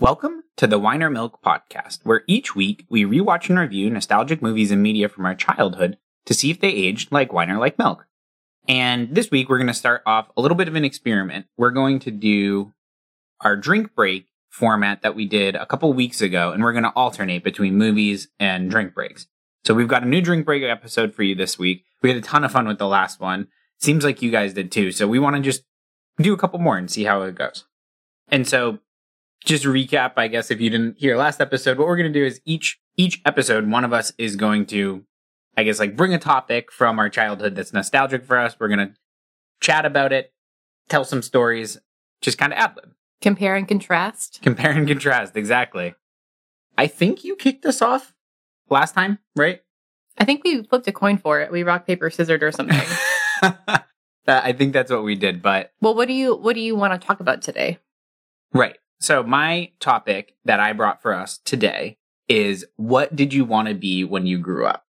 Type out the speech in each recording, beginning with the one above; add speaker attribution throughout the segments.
Speaker 1: Welcome to the Weiner Milk Podcast, where each week we rewatch and review nostalgic movies and media from our childhood to see if they aged like wine or like milk. And this week we're going to start off a little bit of an experiment. We're going to do our drink break format that we did a couple weeks ago, and we're going to alternate between movies and drink breaks. So we've got a new drink break episode for you this week. We had a ton of fun with the last one. Seems like you guys did too. So we want to just do a couple more and see how it goes. And so just to recap, I guess if you didn't hear last episode, what we're going to do is each each episode one of us is going to I guess like bring a topic from our childhood that's nostalgic for us. We're going to chat about it, tell some stories, just kind of ad lib.
Speaker 2: Compare and contrast.
Speaker 1: Compare and contrast, exactly. I think you kicked us off last time, right?
Speaker 2: I think we flipped a coin for it. We rock paper scissored or something.
Speaker 1: That- I think that's what we did, but
Speaker 2: well, what do you what do you want to talk about today?
Speaker 1: right. So my topic that I brought for us today is what did you want to be when you grew up?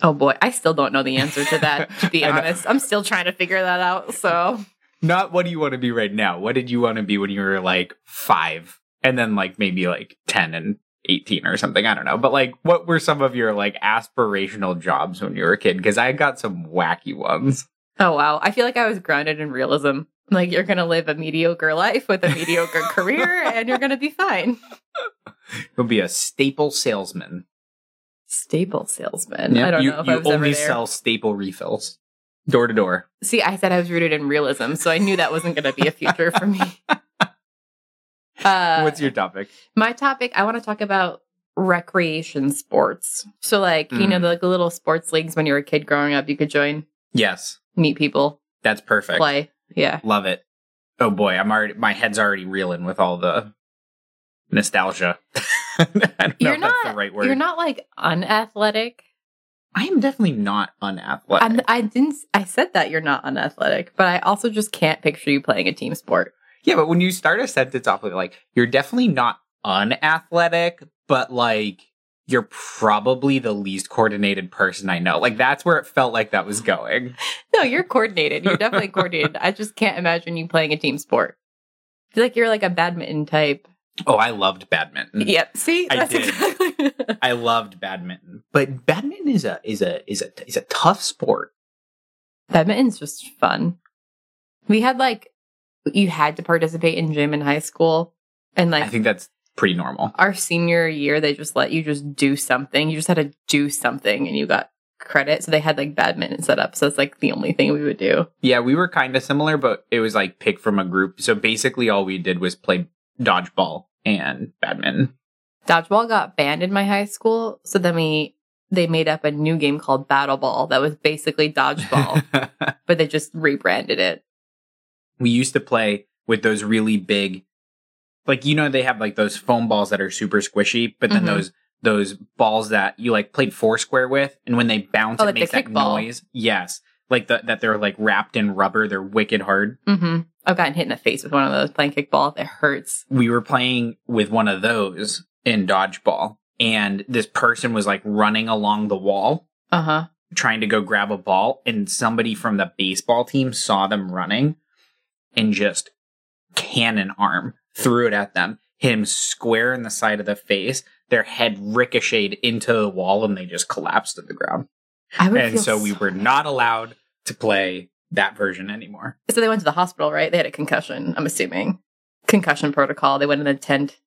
Speaker 2: Oh boy, I still don't know the answer to that. To be
Speaker 1: I know.
Speaker 2: honest, I'm still trying to figure that out. So
Speaker 1: Not what do you want to be right now? What did you want to be when you were like 5 and then like maybe like 10 and 18 or something, I don't know. But like what were some of your like aspirational jobs when you were a kid because I got some wacky ones.
Speaker 2: oh wow, I feel like I was grounded in realism. Like you're gonna live a mediocre life with a mediocre career, and you're gonna be fine.
Speaker 1: You'll be a staple salesman.
Speaker 2: Staple salesman.
Speaker 1: Yep.
Speaker 2: I don't
Speaker 1: you
Speaker 2: know if
Speaker 1: you
Speaker 2: I was
Speaker 1: only
Speaker 2: ever there.
Speaker 1: sell staple refills. Door to door.
Speaker 2: See, I said I was rooted in realism, so I knew that wasn't gonna be a future for me. Uh,
Speaker 1: What's your topic?
Speaker 2: My topic, I want to talk about recreation sports. So, like, you know,
Speaker 1: Mm.
Speaker 2: the like, little sports leagues when you were a kid growing up, you could join,
Speaker 1: Yes.
Speaker 2: meet people,
Speaker 1: That's perfect.
Speaker 2: play. Yeah.
Speaker 1: Love it. Oh boy, I'm already my head's already reeling with all the nostalgia. I don't know
Speaker 2: You're
Speaker 1: if that's
Speaker 2: not-
Speaker 1: the right word.
Speaker 2: You're not like unathletic.
Speaker 1: I am definitely not unathletic.
Speaker 2: I'm, I didn't, I said that you're not unathletic, but I also just can't picture you playing a team sport.
Speaker 1: yeah, but when you start a sentence off with like, you're definitely not unathletic, but like you're probably the least coordinated person I know. Like that's where it felt like that was going.
Speaker 2: No, you're coordinated. You're definitely coordinated. I just can't imagine you playing a team sport. I feel like you're like a badminton type.
Speaker 1: Oh, I loved badminton.
Speaker 2: Yep. See,
Speaker 1: Mm. I
Speaker 2: that's
Speaker 1: did.
Speaker 2: exactly.
Speaker 1: I loved badminton. But badminton is a is a is a is a tough sport.
Speaker 2: badminton's just fun. We had like you had to participate in gym in high school, and
Speaker 1: I
Speaker 2: like
Speaker 1: think that's pretty normal.
Speaker 2: our senior year, they just let you just do something. You just had to do something, and you got credit. So they had like badminton set up. So it's like the only thing we would do.
Speaker 1: Yeah, we were kind of similar, but it was like pick from a group. So basically, all we did was play dodgeball and badminton.
Speaker 2: Dodgeball got banned in my high school, so then we they made up a new game called Battle Ball that was basically dodgeball, but they just rebranded it.
Speaker 1: we used to play with those really big, like you know, they have like those foam balls that are super squishy, but then
Speaker 2: Mhm.
Speaker 1: those those balls that you like played foursquare with, and when they bounce,
Speaker 2: Oh,
Speaker 1: it
Speaker 2: like the
Speaker 1: makes that
Speaker 2: kickball.
Speaker 1: noise. Yes, like the, that they're like wrapped in rubber. They're wicked hard.
Speaker 2: hmm I've gotten hit in the face with one of those playing kickball. It hurts.
Speaker 1: we were playing with one of those in dodgeball and this person was like running along the wall
Speaker 2: Uh huh.
Speaker 1: trying to go grab a ball and somebody from the baseball team saw them running and just cannon arm threw it at them hit him square in the side of the face their head ricocheted into the wall and they just collapsed to the ground
Speaker 2: I would
Speaker 1: and
Speaker 2: feel
Speaker 1: so we were not allowed to play that version anymore
Speaker 2: So they went to the hospital, right? They had a concussion, I'm assuming. Concussion protocol. They went in a tent.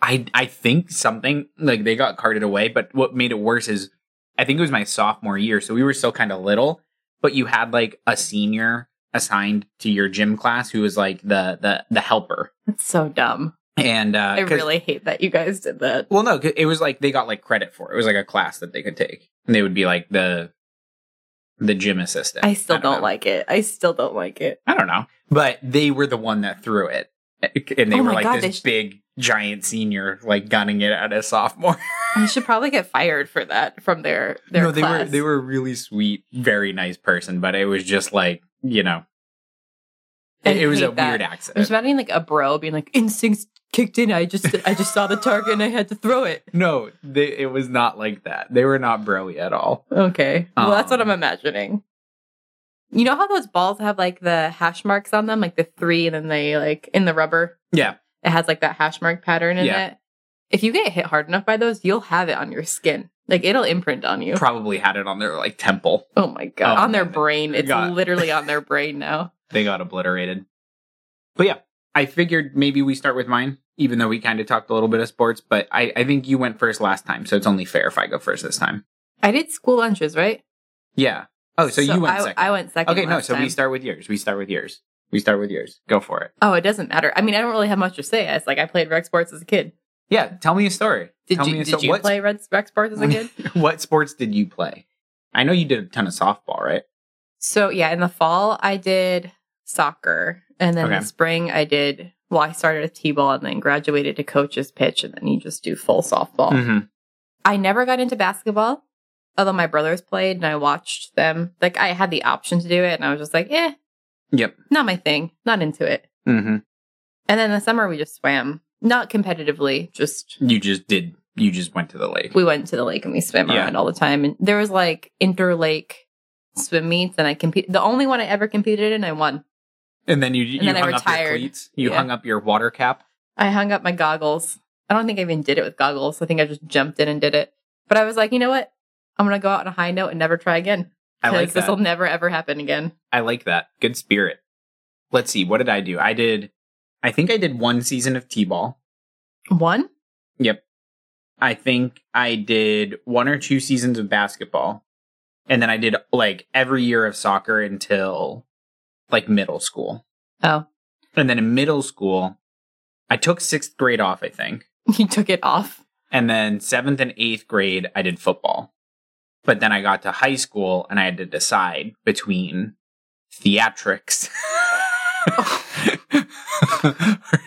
Speaker 1: I I think something like they got carted away, but what made it worse is I think it was my sophomore year, so we were still kind of little, but you had like a senior assigned to your gym class who was like the the the helper.
Speaker 2: That's so dumb.
Speaker 1: And uh
Speaker 2: I
Speaker 1: 'cause-
Speaker 2: Oh, really hate that you guys did that.
Speaker 1: well no, 'cause it was like they got like credit for. It. it was like a class that they could take. And they would be like the the gym assistant.
Speaker 2: I still don't,
Speaker 1: know.
Speaker 2: like it. I still don't like it.
Speaker 1: I don't know. But they were the one that threw it. And they
Speaker 2: Oh
Speaker 1: were
Speaker 2: my
Speaker 1: like
Speaker 2: God, they
Speaker 1: this
Speaker 2: sh-
Speaker 1: big giant senior like gunning it at a sophomore.
Speaker 2: I should probably get fired for that from their their
Speaker 1: no, they
Speaker 2: class.
Speaker 1: were they were a really sweet, very nice person, but it was just like you know,
Speaker 2: I
Speaker 1: it, it was
Speaker 2: hate
Speaker 1: a
Speaker 2: that.
Speaker 1: weird
Speaker 2: I'm just
Speaker 1: accident.
Speaker 2: imagining like a bro being like instincts kicked in. I just I just saw the target and I had to throw it.
Speaker 1: No, they, it was not like that. They were not broy at all.
Speaker 2: Okay. Well, that's what
Speaker 1: Um.
Speaker 2: I'm imagining. You know how those balls have like the hash marks on them, like the three, and then they like in the rubber.
Speaker 1: Yeah,
Speaker 2: It has like that hash mark pattern in
Speaker 1: Yeah.
Speaker 2: it. If you get hit hard enough by those, you'll have it on your skin. Like it'll imprint on you.
Speaker 1: Probably had it on their like temple.
Speaker 2: oh my god.
Speaker 1: Oh,
Speaker 2: on their
Speaker 1: man.
Speaker 2: brain. It's
Speaker 1: God.
Speaker 2: literally on their brain now.
Speaker 1: They got obliterated. But yeah, I figured maybe we start with mine, even though we kind of talked a little bit of sports. But I, I think you went first last time, so it's only fair if I go first this time.
Speaker 2: I did school lunches, right?
Speaker 1: Yeah. Oh, so, you went
Speaker 2: I,
Speaker 1: second.
Speaker 2: I went second.
Speaker 1: okay, no.
Speaker 2: last
Speaker 1: So we
Speaker 2: time.
Speaker 1: start with yours. We start with yours. We start with yours. Go for it.
Speaker 2: Oh, it doesn't matter. I mean, I don't really have much to say. It's like I played rec sports as a kid.
Speaker 1: Yeah, tell me a story.
Speaker 2: Did
Speaker 1: tell
Speaker 2: you
Speaker 1: me a
Speaker 2: did
Speaker 1: sto-
Speaker 2: you
Speaker 1: what,
Speaker 2: play red rec sports as a kid?
Speaker 1: what sports did you play? I know you did a ton of softball, right?
Speaker 2: So yeah, in the fall I did soccer, and then in
Speaker 1: Okay.
Speaker 2: the spring I did. Well, I started with t-ball and then graduated to coach's pitch, and then you just do full softball.
Speaker 1: Mm-hmm.
Speaker 2: I never got into basketball, although my brothers played and I watched them. Like I had the option to do it, and I was just like, eh,
Speaker 1: Yep.
Speaker 2: not my thing, not into it.
Speaker 1: Mm-hmm.
Speaker 2: And then the summer we just swam, not competitively, just
Speaker 1: You just did. You just went to the lake.
Speaker 2: we went to the lake and we swam
Speaker 1: Yeah.
Speaker 2: around all the time. And there was like interlake swim meets, and I compete. The only one I ever competed in, I won.
Speaker 1: And then you, you
Speaker 2: then I
Speaker 1: hung up your
Speaker 2: retired.
Speaker 1: cleats. You
Speaker 2: Yeah.
Speaker 1: hung up your water cap.
Speaker 2: I hung up my goggles. I don't think I even did it with goggles. I think I just jumped in and did it. But I was like, you know what? I'm gonna go out on a high note and never try again.
Speaker 1: I like
Speaker 2: this
Speaker 1: that.
Speaker 2: will never ever happen again.
Speaker 1: I like that. Good spirit. Let's see. What did I do? I did. I think I did one season of t-ball.
Speaker 2: One?
Speaker 1: I think I did one or two seasons of basketball, and then I did like every year of soccer until like middle school.
Speaker 2: Oh.
Speaker 1: And then in middle school, I took sixth grade off. I think.
Speaker 2: You took it off.
Speaker 1: And then seventh and eighth grade, I did football. But then I got to high school and I had to decide between theatrics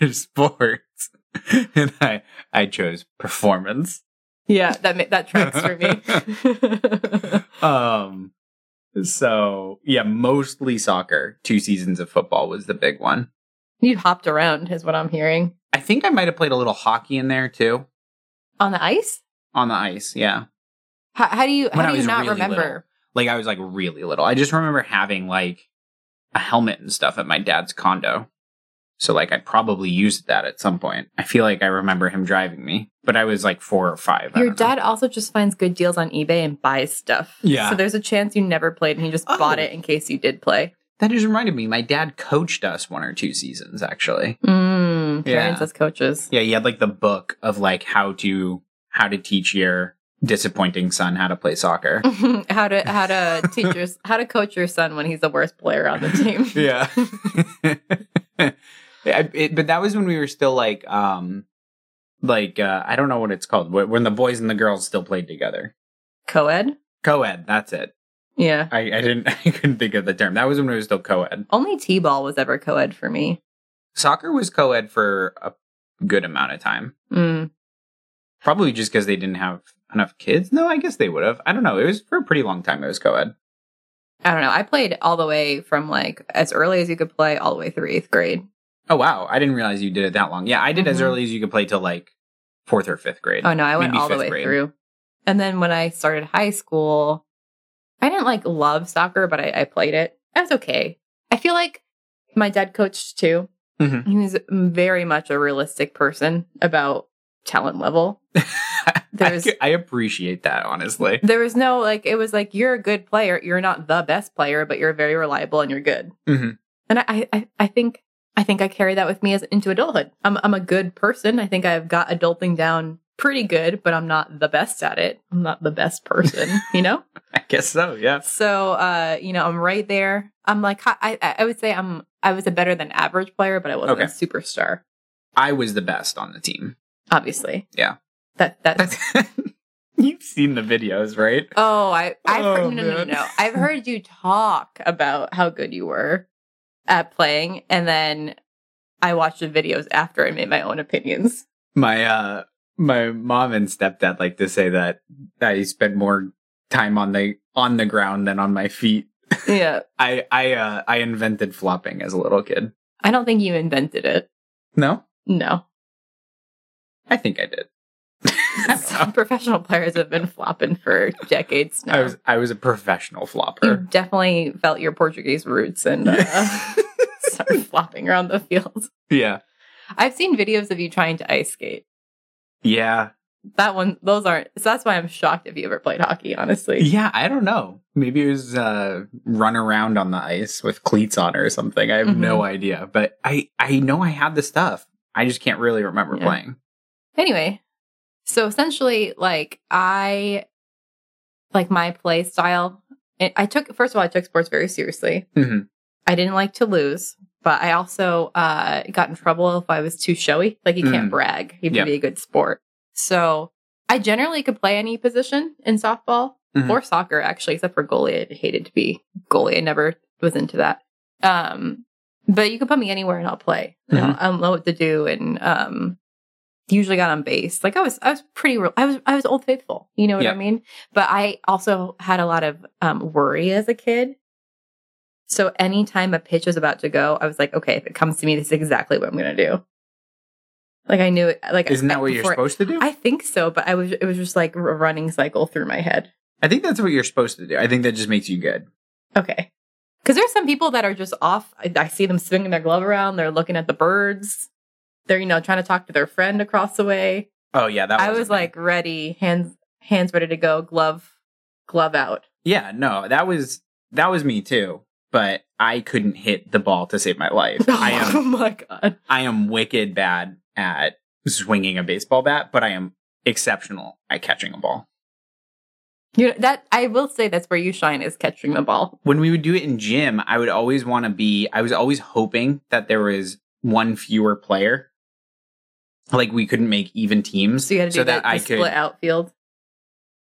Speaker 1: or sports. And I, I chose performance.
Speaker 2: Yeah, that ma- that tracks for me.
Speaker 1: Um, so yeah, mostly soccer. Two seasons of football was the big one.
Speaker 2: you hopped around, is what I'm hearing.
Speaker 1: I think I might have played a little hockey in there too
Speaker 2: On the ice?
Speaker 1: on the ice. Yeah.
Speaker 2: How, how do you
Speaker 1: When I
Speaker 2: how do you
Speaker 1: was
Speaker 2: not
Speaker 1: really
Speaker 2: remember?
Speaker 1: little. like I was like really little. I just remember having like a helmet and stuff at my dad's condo. So like I probably used that at some point. I feel like I remember him driving me, but I was like 4 or 5. I
Speaker 2: Your
Speaker 1: don't know.
Speaker 2: dad also just finds good deals on eBay and buys stuff.
Speaker 1: Yeah.
Speaker 2: So there's a chance you never played and he just
Speaker 1: Oh.
Speaker 2: bought it in case you did play.
Speaker 1: That just reminded me my dad coached us one or two seasons actually.
Speaker 2: Mm,
Speaker 1: Yeah.
Speaker 2: parents as coaches.
Speaker 1: Yeah, he had like the book of like how to how to teach your disappointing son how to play soccer.
Speaker 2: how to how to teach your how to coach your son when he's the worst player on the team.
Speaker 1: yeah. I- it- but that was when we were still like, um, like uh, I don't know what it's called. wh- When the boys and the girls still played together,
Speaker 2: Co-ed?
Speaker 1: co-ed. That's it.
Speaker 2: Yeah.
Speaker 1: I, I didn't. I couldn't think of the term. That was when we were still co-ed.
Speaker 2: Only T-ball was ever co-ed for me.
Speaker 1: Soccer was co-ed for a good amount of time.
Speaker 2: Mm.
Speaker 1: Probably just because they didn't have enough kids. No, I guess they would have. I don't know. It was for a pretty long time. It was co-ed.
Speaker 2: I don't know. I played all the way from like as early as you could play all the way through 8th grade.
Speaker 1: Oh wow, I didn't realize you did it that long. Yeah, I did as
Speaker 2: Mhm.
Speaker 1: early as you could play till like fourth or fifth grade.
Speaker 2: Oh no, I went
Speaker 1: Maybe
Speaker 2: all the
Speaker 1: fifth
Speaker 2: way
Speaker 1: grade.
Speaker 2: through. And then when I started high school, I didn't like love soccer, but I, I played it. I was okay. I feel like my dad coached too.
Speaker 1: Mhm.
Speaker 2: He was very much a realistic person about talent level.
Speaker 1: I,
Speaker 2: There's-
Speaker 1: c- I appreciate that honestly.
Speaker 2: There was no like it was like you're a good player. You're not the best player, but you're very reliable and you're good.
Speaker 1: Mhm.
Speaker 2: And I, I, I think I think I carry that with me as into adulthood. I'm I'm a good person. I think I've got adulting down pretty good, but I'm not the best at it. I'm not the best person, you know?
Speaker 1: I guess so. Yeah.
Speaker 2: So uh, you know, I'm right there. I'm like hi- I I I would say I'm I was a better than average player, but I wasn't a
Speaker 1: Okay.
Speaker 2: superstar,
Speaker 1: I was the best on the team.
Speaker 2: obviously.
Speaker 1: Yeah.
Speaker 2: That that
Speaker 1: You've seen the videos, right?
Speaker 2: Oh, I I've
Speaker 1: Oh,
Speaker 2: heard, no, no, no,
Speaker 1: man.
Speaker 2: no. I've heard you talk about how good you were at playing, and then I watched the videos after I made my own opinions.
Speaker 1: My uh my mom and stepdad like to say that I spent more time on the on the ground than on my feet.
Speaker 2: Yeah,
Speaker 1: I I uh I invented flopping as a little kid.
Speaker 2: I don't think you invented it.
Speaker 1: No?
Speaker 2: No,
Speaker 1: I think I did. I don't know.
Speaker 2: professional players have been flopping for decades now.
Speaker 1: I was er. I was a professional
Speaker 2: you
Speaker 1: flopper.
Speaker 2: definitely felt your Portuguese roots and uh, started flopping around the field.
Speaker 1: yeah.
Speaker 2: I've seen videos of you trying to ice skate.
Speaker 1: Yeah.
Speaker 2: That one, those aren't. So that's why I'm shocked if you ever played hockey. Honestly,
Speaker 1: Yeah, I don't know. Maybe it was uh, run around on the ice with cleats on or something. I have no
Speaker 2: Mm-hmm.
Speaker 1: idea. But I, I know I had the stuff. I just can't really remember
Speaker 2: Yeah.
Speaker 1: playing.
Speaker 2: anyway so essentially like i like my play style i I took first of all i took sports very seriously
Speaker 1: Mhm.
Speaker 2: i didn't like to lose but i also uh got in trouble if i was too showy like you can't
Speaker 1: Mm.
Speaker 2: brag you have
Speaker 1: Yeah.
Speaker 2: to be a good sport so i generally could play any position in softball
Speaker 1: Mhm.
Speaker 2: or soccer actually except for goalie i hated to be goalie i never was into that um but you can put me anywhere and i'll play You
Speaker 1: Mm-hmm.
Speaker 2: know, i'll know what to do and um usually got on base. Like I was, I was pretty, re- I was, I was old faithful. You know what
Speaker 1: Yeah.
Speaker 2: I mean? But I also had a lot of um, worry as a kid. So anytime a pitch was about to go, I was like, okay, if it comes to me, this is exactly what I'm going to do. Like I knew, it- like
Speaker 1: Isn't
Speaker 2: I-
Speaker 1: that what you're
Speaker 2: before-
Speaker 1: supposed to do?
Speaker 2: I think so, but I was, it was just like a running cycle through my head.
Speaker 1: I think that's what you're supposed to do. I think that just makes you good.
Speaker 2: Okay. Because there's some people that are just off. I, I see them swinging their glove around. They're looking at the birds. They're, you know, trying to talk to their friend across the way.
Speaker 1: Oh yeah, that.
Speaker 2: I
Speaker 1: wasn't
Speaker 2: was
Speaker 1: me.
Speaker 2: like ready, hands hands ready to go, glove glove out.
Speaker 1: yeah, no, that was that was me too. But I couldn't hit the ball to save my life. I am
Speaker 2: oh my god.
Speaker 1: I am wicked bad at swinging a baseball bat, but I am exceptional at catching a ball.
Speaker 2: You know, that I will say that's where you shine is catching the ball.
Speaker 1: When we would do it in gym, I would always want to be, I was always hoping that there was one fewer player. Like we couldn't make even teams.
Speaker 2: So you had to do that,
Speaker 1: I
Speaker 2: the split outfield.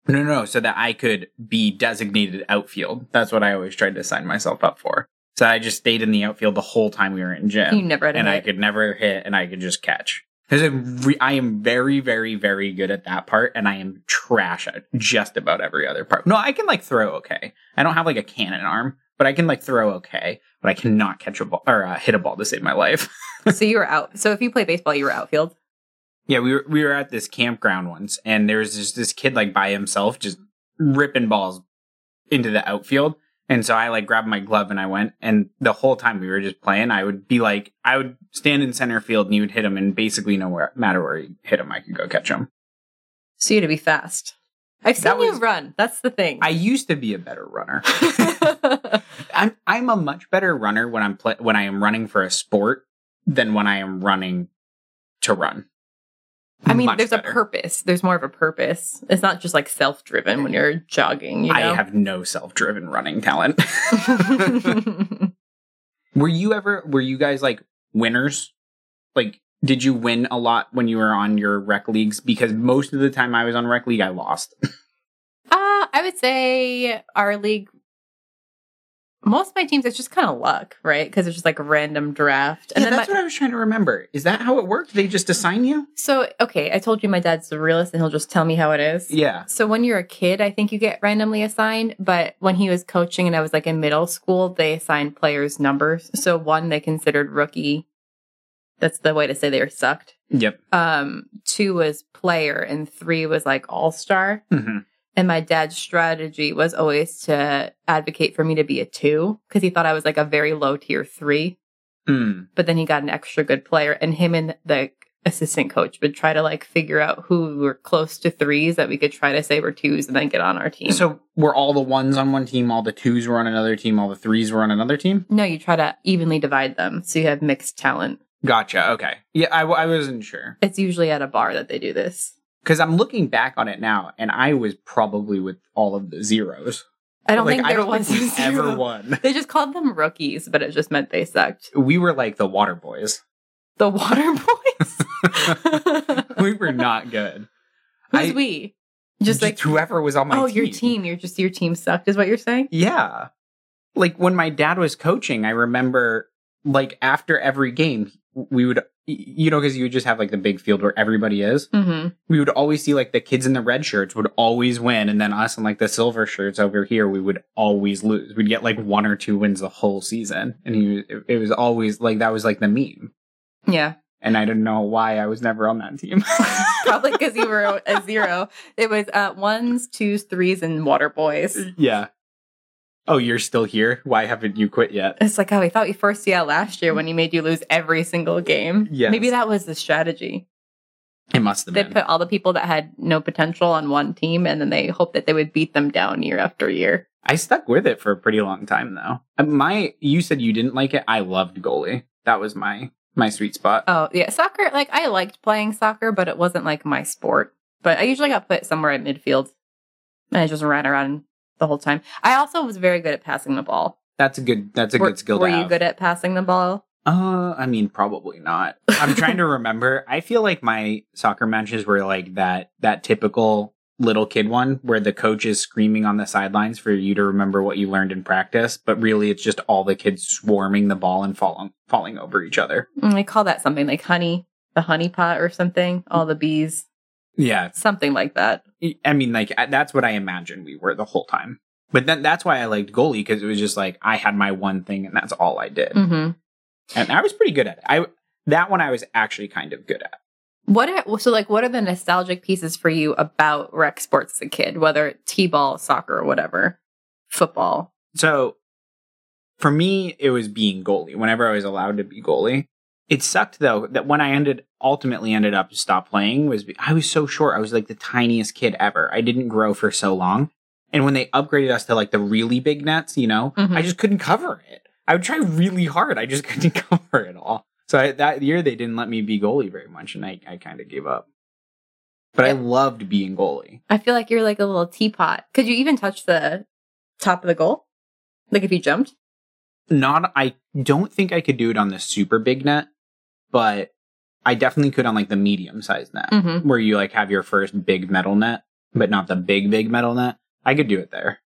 Speaker 1: could, no, no, no, so that I could be designated outfield. That's what I always tried to sign myself up for. So I just stayed in the outfield the whole time we were in gym.
Speaker 2: you never had to
Speaker 1: and I
Speaker 2: hit.
Speaker 1: could never hit, and I could just catch. Because re- I am very, very, very good at that part, and I am trash at just about every other part. No, I can like throw okay. I don't have like a cannon arm, but I can like throw okay. But I cannot catch a ball or uh, hit a ball to save my life.
Speaker 2: so you were out. So if you play baseball, you were outfield.
Speaker 1: yeah, we were we were at this campground once, and there was just this kid like by himself, just ripping balls into the outfield. And so I like grabbed my glove and I went. And the whole time we were just playing, I would be like, I would stand in center field and you would hit him. And basically, no where- matter where you hit him, I could go catch him.
Speaker 2: So you had to be fast. I've seen
Speaker 1: That
Speaker 2: you
Speaker 1: was-
Speaker 2: run. That's the thing.
Speaker 1: I used to be a better runner. I'm I'm a much better runner when I'm pla when I am running for a sport than when I am running to run.
Speaker 2: I mean,
Speaker 1: Much
Speaker 2: there's
Speaker 1: better.
Speaker 2: a purpose. There's more of a purpose. It's not just like self driven when you're jogging, you know?
Speaker 1: I have no self-driven running talent. were you ever were you guys like winners? Like did you win a lot when you were on your rec leagues because most of the time I was on rec league I lost.
Speaker 2: Uh, I would say our league. Most of my teams, it's just kind of luck, right? Because it's just like a random draft, and
Speaker 1: yeah,
Speaker 2: then
Speaker 1: that's
Speaker 2: my,
Speaker 1: what I was trying to remember. Is that how it worked? They just assign you?
Speaker 2: so okay. I told you my dad's the realist, and he'll just tell me how it is.
Speaker 1: Yeah.
Speaker 2: So when you're a kid, I think you get randomly assigned. But when he was coaching, and I was like in middle school, they assigned players numbers. So one they considered rookie. That's the way to say they were sucked.
Speaker 1: Yep.
Speaker 2: Um, two was player, and three was like all star.
Speaker 1: hmm
Speaker 2: And my dad's strategy was always to advocate for me to be a two because he thought I was like a very low tier three.
Speaker 1: Mm.
Speaker 2: But then he got an extra good player, and him and the assistant coach would try to like figure out who were close to threes that we could try to say were twos and then get on our team.
Speaker 1: So were all the ones on one team, all the twos were on another team, all the threes were on another team?
Speaker 2: no, you try to evenly divide them so you have mixed talent.
Speaker 1: Gotcha. Okay. Yeah, I, w- I wasn't sure.
Speaker 2: It's usually at a bar that they do this.
Speaker 1: Because I'm looking back on it now, and I was probably with all of the zeros.
Speaker 2: I don't
Speaker 1: like,
Speaker 2: think
Speaker 1: I
Speaker 2: there
Speaker 1: don't
Speaker 2: was
Speaker 1: think
Speaker 2: a
Speaker 1: we ever
Speaker 2: zero.
Speaker 1: won.
Speaker 2: They just called them rookies, but it just meant they sucked.
Speaker 1: We were like the water boys.
Speaker 2: The water boys.
Speaker 1: We were not good.
Speaker 2: Who's
Speaker 1: I-
Speaker 2: we? Just like
Speaker 1: whoever was on my
Speaker 2: oh, your team. You're just your team sucked, is what you're saying.
Speaker 1: Yeah. Like when my dad was coaching, I remember like after every game, we would, y- you know, because you would just have like the big field where everybody is.
Speaker 2: Mm-hmm.
Speaker 1: we would always see like the kids in the red shirts would always win, and then us and like the silver shirts over here, we would always lose. We'd get like one or two wins the whole season, and he was, it- it was always like that was like the meme.
Speaker 2: Yeah,
Speaker 1: And I don't know why I was never on that team.
Speaker 2: probably because you were a zero. It was uh, ones, twos, threes, and water boys.
Speaker 1: yeah, Oh, you're still here? Why haven't you quit yet?
Speaker 2: It's like, oh, we thought we first yeah last year when he made you lose every single game.
Speaker 1: Yes.
Speaker 2: Maybe that was the strategy.
Speaker 1: It must have
Speaker 2: They
Speaker 1: been.
Speaker 2: put all the people that had no potential on one team and then they hope that they would beat them down year after year.
Speaker 1: I stuck with it for a pretty long time though. Uh, My you said you didn't like it. I loved goalie. That was my my sweet spot.
Speaker 2: Oh, yeah. Soccer, like I liked playing soccer, but it wasn't like my sport. But I usually got put somewhere at midfield and I just ran around the whole time. I also was very good at passing the ball.
Speaker 1: That's a good that's a
Speaker 2: were,
Speaker 1: good skill
Speaker 2: Were
Speaker 1: to
Speaker 2: you
Speaker 1: have.
Speaker 2: good at passing the ball?
Speaker 1: Uh, I mean, probably not. I'm trying to remember. I feel like my soccer matches were like that that typical little kid one where the coach is screaming on the sidelines for you to remember what you learned in practice, but really it's just all the kids swarming the ball and falling falling over each other.
Speaker 2: Mm, They call that something like honey, the honey pot or something. All the bees,
Speaker 1: Yeah,
Speaker 2: something like that.
Speaker 1: I mean, like I- that's what I imagined we were the whole time. But then that's why I liked goalie because it was just like I had my one thing and that's all I did,
Speaker 2: hmm
Speaker 1: and I was pretty good at it. I that one I was actually kind of good at.
Speaker 2: What are so like? What are the nostalgic pieces for you about rec sports as a kid? Whether t-ball, soccer, or whatever, football.
Speaker 1: So for me, it was being goalie whenever I was allowed to be goalie. It sucked though that when I ended ultimately ended up stop playing was be- I was so short. I was like the tiniest kid ever. I didn't grow for so long. And when they upgraded us to like the really big nets, you know,
Speaker 2: Mhm.
Speaker 1: I just couldn't cover it. I would try really hard. I just couldn't cover it all. So I, that year they didn't let me be goalie very much and I, I kind of gave up. But I
Speaker 2: Yeah.
Speaker 1: loved being goalie.
Speaker 2: I feel like you're like a little teapot. Could you even touch the top of the goal? Like if you jumped?
Speaker 1: not I don't think I could do it on the super big net, but I definitely could on like the medium sized net
Speaker 2: Mm-hmm.
Speaker 1: where you like have your first big metal net, but not the big big metal net. I could do it there.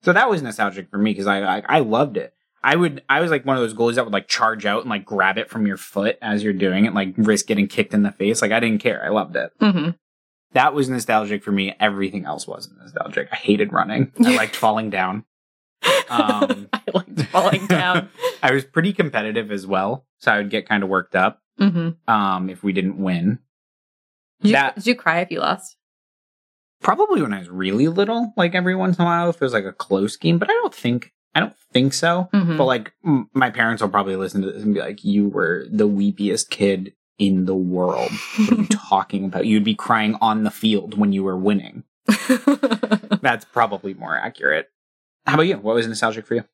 Speaker 1: So that was nostalgic for me because I, I I loved it. I would I was like one of those goalies that would like charge out and like grab it from your foot as you're doing it, like risk getting kicked in the face. Like I didn't care. I loved it.
Speaker 2: Mm-hmm.
Speaker 1: That was nostalgic for me. Everything else wasn't nostalgic. I hated running. I liked falling down. Um,
Speaker 2: I liked falling down.
Speaker 1: I was pretty competitive as well, so I would get kind of worked up
Speaker 2: mm-hmm.
Speaker 1: um, if we didn't win.
Speaker 2: did, you,
Speaker 1: That-
Speaker 2: did you cry if you lost?
Speaker 1: Probably when I was really little, like every once in a while, if it was like a close game, but I don't think I don't think so.
Speaker 2: Mhm.
Speaker 1: But like m- my parents will probably listen to this and be like, "You were the weepiest kid in the world." What are you talking about? You'd be crying on the field when you were winning. That's probably more accurate. How about you? What was nostalgic for you?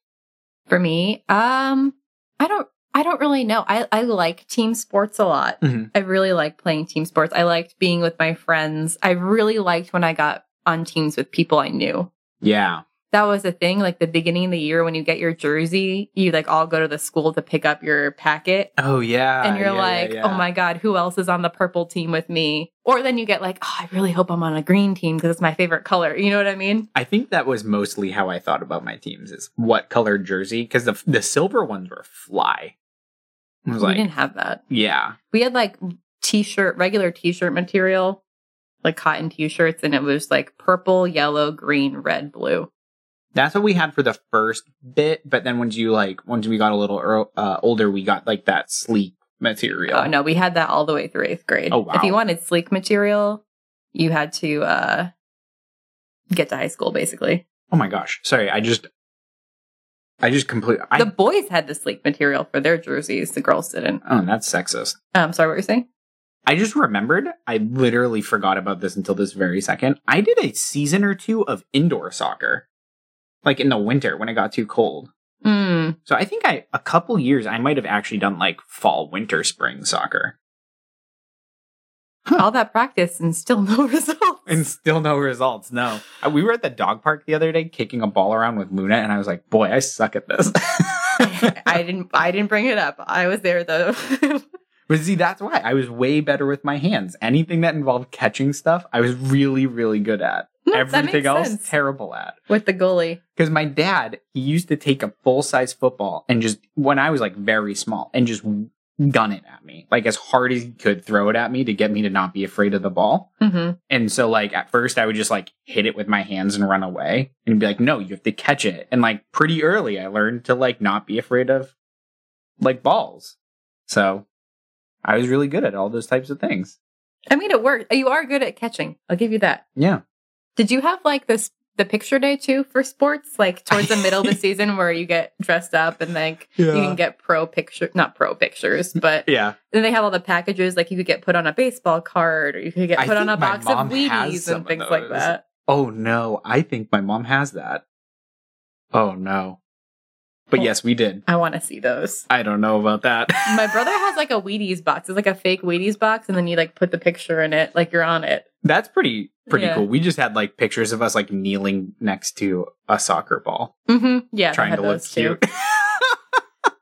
Speaker 2: for me, um, I don't. I don't really know. I, I like team sports a lot.
Speaker 1: Mhm.
Speaker 2: I really liked playing team sports. I liked being with my friends. I really liked when I got on teams with people I knew.
Speaker 1: Yeah,
Speaker 2: That was the thing, like the beginning of the year when you get your jersey, you like all go to the school to pick up your packet.
Speaker 1: Oh yeah,
Speaker 2: And you're
Speaker 1: yeah, yeah,
Speaker 2: like,
Speaker 1: yeah.
Speaker 2: oh my God, who else is on the purple team with me? Or then you get like, oh, I really hope I'm on a green team because it's my favorite color. You know what I mean?
Speaker 1: I think that was mostly how I thought about my teams is what color jersey because the the silver ones were fly. I was
Speaker 2: we
Speaker 1: like,
Speaker 2: didn't have that.
Speaker 1: yeah,
Speaker 2: We had like t shirt, regular t shirt material, like cotton t shirts, and it was like purple, yellow, green, red, blue.
Speaker 1: that's what we had for the first bit. But then once you like once we got a little ear- uh, older, we got like that sleek material.
Speaker 2: Oh no, we had that all the way through eighth grade.
Speaker 1: Oh, wow.
Speaker 2: If you wanted sleek material, you had to uh get to high school basically.
Speaker 1: Oh my gosh, sorry, I just, I just completely.
Speaker 2: the
Speaker 1: I,
Speaker 2: boys had the sleek material for their jerseys, the girls didn't.
Speaker 1: oh, that's sexist.
Speaker 2: Um sorry, what were you saying?
Speaker 1: I just remembered. I literally forgot about this until this very second. I did a season or two of indoor soccer, like in the winter when it got too cold.
Speaker 2: Mm.
Speaker 1: So I think I a couple years I might have actually done like fall, winter, spring soccer.
Speaker 2: All that practice and still no results.
Speaker 1: And still no results. No. Uh, We were at the dog park the other day kicking a ball around with Luna and I was like, "Boy, I suck at this."
Speaker 2: I didn't I didn't bring it up. I was there though.
Speaker 1: but see, that's why I was way better with my hands. Anything that involved catching stuff, I was really really good at.
Speaker 2: No, that
Speaker 1: Everything
Speaker 2: makes
Speaker 1: else
Speaker 2: sense.
Speaker 1: terrible at.
Speaker 2: with the goalie.
Speaker 1: Because my dad, he used to take a full size football and just, when I was like very small, and just gun it at me, like as hard as he could throw it at me to get me to not be afraid of the ball.
Speaker 2: hmm
Speaker 1: And so, like, at first, I would just like hit it with my hands and run away and be like, no, you have to catch it. And like, pretty early, I learned to like not be afraid of like balls. So I was really good at all those types of things.
Speaker 2: I mean it worked. You are good at catching. I'll give you that.
Speaker 1: Yeah.
Speaker 2: Did you have like this the picture day too for sports, like towards the middle of the season where you get dressed up and like
Speaker 1: Yeah.
Speaker 2: you can get pro picture, not pro pictures, but
Speaker 1: yeah.
Speaker 2: then they have all the packages. Like you could get put on a baseball card or you could get
Speaker 1: I
Speaker 2: put on
Speaker 1: think
Speaker 2: a
Speaker 1: my
Speaker 2: box
Speaker 1: mom
Speaker 2: of
Speaker 1: has
Speaker 2: Wheaties
Speaker 1: some
Speaker 2: and
Speaker 1: of
Speaker 2: things like
Speaker 1: those.
Speaker 2: that.
Speaker 1: Oh no, I think my mom has that. Oh no. But
Speaker 2: Oh.
Speaker 1: yes, we did.
Speaker 2: I want to see those.
Speaker 1: I don't know about that.
Speaker 2: My brother has like a Wheaties box. It's like a fake Wheaties box, and then you like put the picture in it, like you're on it.
Speaker 1: That's pretty pretty
Speaker 2: Yeah.
Speaker 1: cool. We just had like pictures of us like kneeling next to a soccer ball,
Speaker 2: Mm-hmm. Yeah, they
Speaker 1: trying
Speaker 2: had
Speaker 1: to look
Speaker 2: those too.
Speaker 1: cute.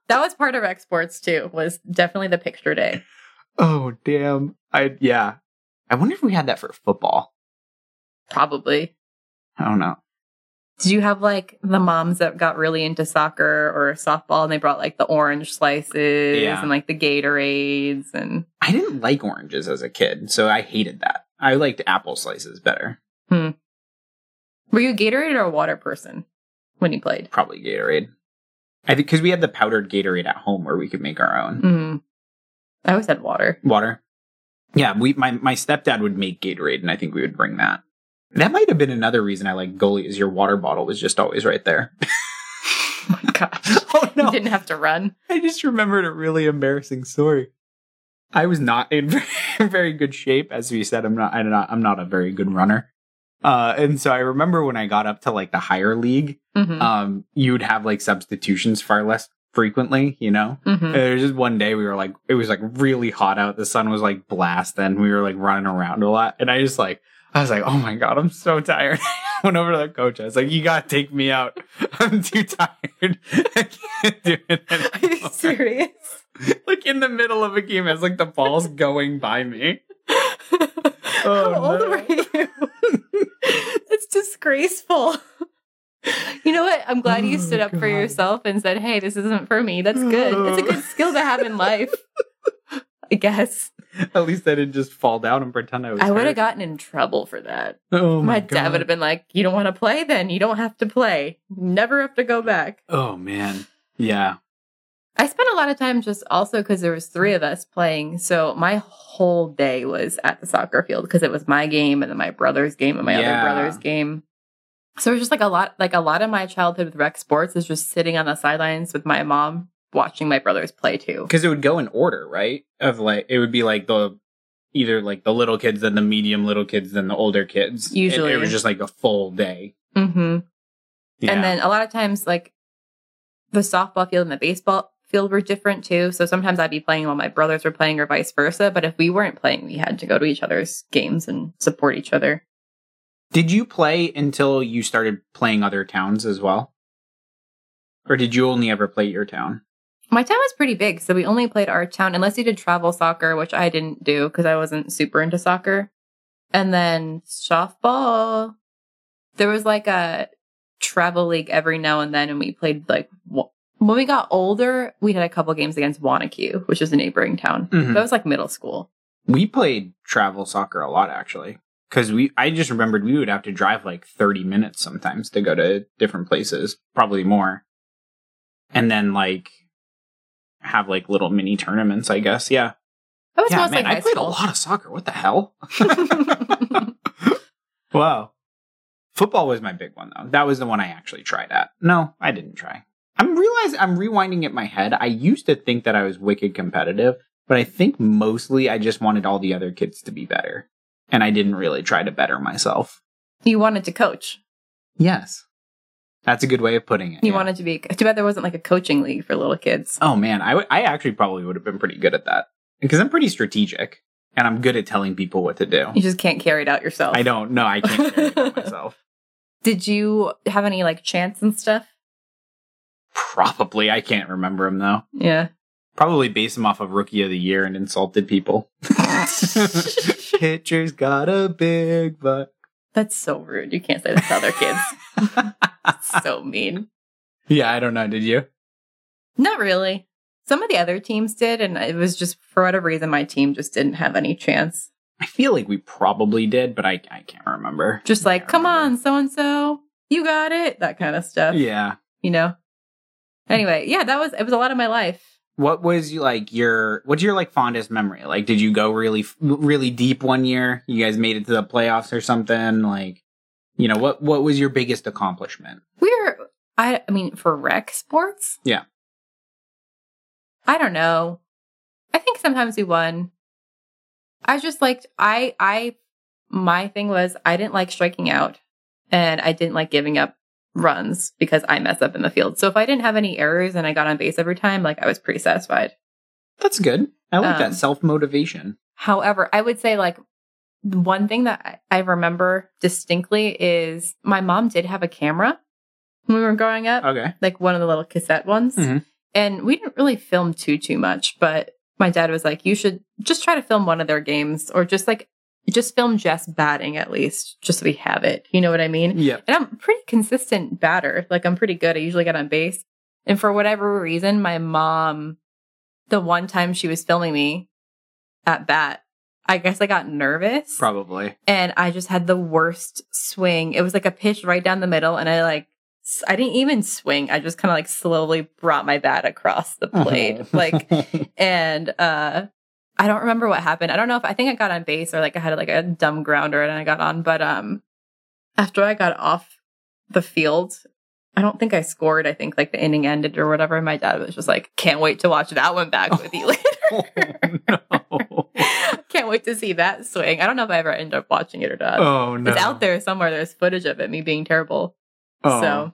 Speaker 2: That was part of exports too. Was definitely the picture day.
Speaker 1: oh damn! I yeah. I wonder if we had that for football.
Speaker 2: Probably.
Speaker 1: I don't know.
Speaker 2: Did you have like the moms that got really into soccer or softball, and they brought like the orange slices
Speaker 1: Yeah.
Speaker 2: and like the Gatorades and
Speaker 1: I didn't like oranges as a kid, so I hated that. I liked apple slices better.
Speaker 2: Were you a Gatorade or a water person when you played?
Speaker 1: Probably Gatorade. I think because we had the powdered Gatorade at home where we could make our own
Speaker 2: Mm. I always had water.
Speaker 1: water. Yeah, we my my stepdad would make Gatorade, and I think we would bring that. That might have been another reason I like goalie is your water bottle was just always right there.
Speaker 2: Oh my gosh.
Speaker 1: oh
Speaker 2: You didn't have to run.
Speaker 1: I just remembered a really embarrassing story. I was not in very good shape, as we said. I'm not. I'm not. I'm not a very good runner. Uh, and so I remember when I got up to like the higher league,
Speaker 2: Mhm.
Speaker 1: um, you would have like substitutions far less frequently. You know,
Speaker 2: Mhm.
Speaker 1: And there was just one day we were like, it was like really hot out. The sun was like blasting. We were like running around a lot, and I just like, I was like, oh my god, I'm so tired. I Went over to the coach. I was like, you gotta take me out. I'm too tired. I can't do it.
Speaker 2: Are you
Speaker 1: anymore."
Speaker 2: serious?
Speaker 1: like in the middle of a game as like the ball's going by me.
Speaker 2: How
Speaker 1: Oh,
Speaker 2: old
Speaker 1: no.
Speaker 2: were you? That's disgraceful. You know what? I'm glad you
Speaker 1: Oh,
Speaker 2: stood up for
Speaker 1: God. Oh.
Speaker 2: yourself and said, hey, this isn't for me. That's good. It's a good skill to have in life. I guess.
Speaker 1: At least I didn't just fall down and pretend I was.
Speaker 2: I would have
Speaker 1: hurt.
Speaker 2: gotten in trouble for that.
Speaker 1: Oh
Speaker 2: my
Speaker 1: my,
Speaker 2: dad would have been like, you don't want to play then. You don't have to play. Never have to go back.
Speaker 1: Oh man. Yeah.
Speaker 2: I spent a lot of time just also because there was three of us playing, so my whole day was at the soccer field because it was my game and then my brother's game and my
Speaker 1: Yeah.
Speaker 2: other brother's game. So it was just like a lot, like a lot of my childhood with rec sports is just sitting on the sidelines with my mom watching my brothers play too.
Speaker 1: Because it would go in order, right? Of like it would be like the either like the little kids, then the medium little kids, then the older kids. It-
Speaker 2: Usually.
Speaker 1: it, was just like a full day.
Speaker 2: hmm
Speaker 1: Yeah.
Speaker 2: And then a lot of times, like the softball field and the baseball field were different too. So sometimes I'd be playing while my brothers were playing or vice versa. But if we weren't playing, we had to go to each other's games and support each other.
Speaker 1: did you play until you started playing other towns as well, or did you only ever play your town?
Speaker 2: My town was pretty big, so we only played our town unless you did travel soccer, which I didn't do because I wasn't super into soccer. And then softball, there was like a travel league every now and then, and we played like wa- when we got older, we had a couple games against Wanakue, which is a neighboring town.
Speaker 1: Mhm.
Speaker 2: That was like middle school.
Speaker 1: We played travel soccer a lot actually. Cause we I just remembered we would have to drive like thirty minutes sometimes to go to different places, probably more. And then like have like little mini tournaments, I guess. Yeah.
Speaker 2: That was
Speaker 1: yeah,
Speaker 2: mostly
Speaker 1: man, I
Speaker 2: high
Speaker 1: played
Speaker 2: school.
Speaker 1: a lot of soccer. What the hell? wow. Football was my big one though. That was the one I actually tried at. No, I didn't try. I'm realize I'm rewinding it in my head. I used to think that I was wicked competitive, but I think mostly I just wanted all the other kids to be better. And I didn't really try to better myself.
Speaker 2: you wanted to coach.
Speaker 1: Yes. That's a good way of putting it.
Speaker 2: You
Speaker 1: yeah.
Speaker 2: wanted to be. Too bad there wasn't like a coaching league for little kids.
Speaker 1: Oh man, I would- I actually probably would have been pretty good at that. Because I'm pretty strategic and I'm good at telling people what to do.
Speaker 2: You just can't carry it out yourself.
Speaker 1: I don't know, I can't carry it out myself.
Speaker 2: Did you have any like chants and stuff?
Speaker 1: Probably. I can't remember him though.
Speaker 2: Yeah.
Speaker 1: Probably based him off of Rookie of the Year and insulted people. Pitcher's got a big butt.
Speaker 2: That's so rude. You can't say that to other kids. so mean.
Speaker 1: yeah, I don't know. Did you?
Speaker 2: Not really. Some of the other teams did, and it was just for whatever reason my team just didn't have any chance.
Speaker 1: I feel like we probably did, but I, I can't remember.
Speaker 2: Just
Speaker 1: I
Speaker 2: like,
Speaker 1: can't
Speaker 2: come on,
Speaker 1: remember.
Speaker 2: so and so, you got it, that kind of stuff.
Speaker 1: Yeah.
Speaker 2: You know. Anyway, yeah, that was it. Was a lot of my life.
Speaker 1: What was you like your what's your like fondest memory? Like did you go really f- really deep one year? You guys made it to the playoffs or something? Like You know, what what was your biggest accomplishment?
Speaker 2: We're, I, I mean, for rec sports?
Speaker 1: Yeah.
Speaker 2: I don't know. I think sometimes we won. I just liked, I, I, my thing was I didn't like striking out and I didn't like giving up runs because I mess up in the field. So if I didn't have any errors and I got on base every time, like I was pretty satisfied.
Speaker 1: That's good. I like
Speaker 2: Um,
Speaker 1: that self motivation.
Speaker 2: However, I would say like one thing that I I remember distinctly is my mom did have a camera when we were growing up,
Speaker 1: Okay.
Speaker 2: like one of the little cassette ones.
Speaker 1: Mhm.
Speaker 2: And we didn't really film too too much, but my dad was like, "You should just try to film one of their games or just like just film Jess batting at least, just so we have it." You know what I mean?
Speaker 1: Yeah.
Speaker 2: And I'm a pretty consistent batter. Like I'm pretty good. I usually get on base. And for whatever reason, my mom, the one time she was filming me at bat, I guess I got nervous.
Speaker 1: Probably.
Speaker 2: And I just had the worst swing. It was like a pitch right down the middle. And I like, s- I didn't even swing. I just kind of like slowly brought my bat across the plate.
Speaker 1: Uh-huh.
Speaker 2: Like, and uh I don't remember what happened. I don't know if I think I got on base or like I had like a dumb grounder and I got on, but um after I got off the field, I don't think I scored. I think like the inning ended or whatever. My dad was just like, "Can't wait to watch that one back with you
Speaker 1: oh,
Speaker 2: later.
Speaker 1: no.
Speaker 2: Can't wait to see that swing." I don't know if I ever end up watching it or not.
Speaker 1: Oh no.
Speaker 2: It's out there somewhere. There's footage of it, me being terrible.
Speaker 1: Oh.
Speaker 2: So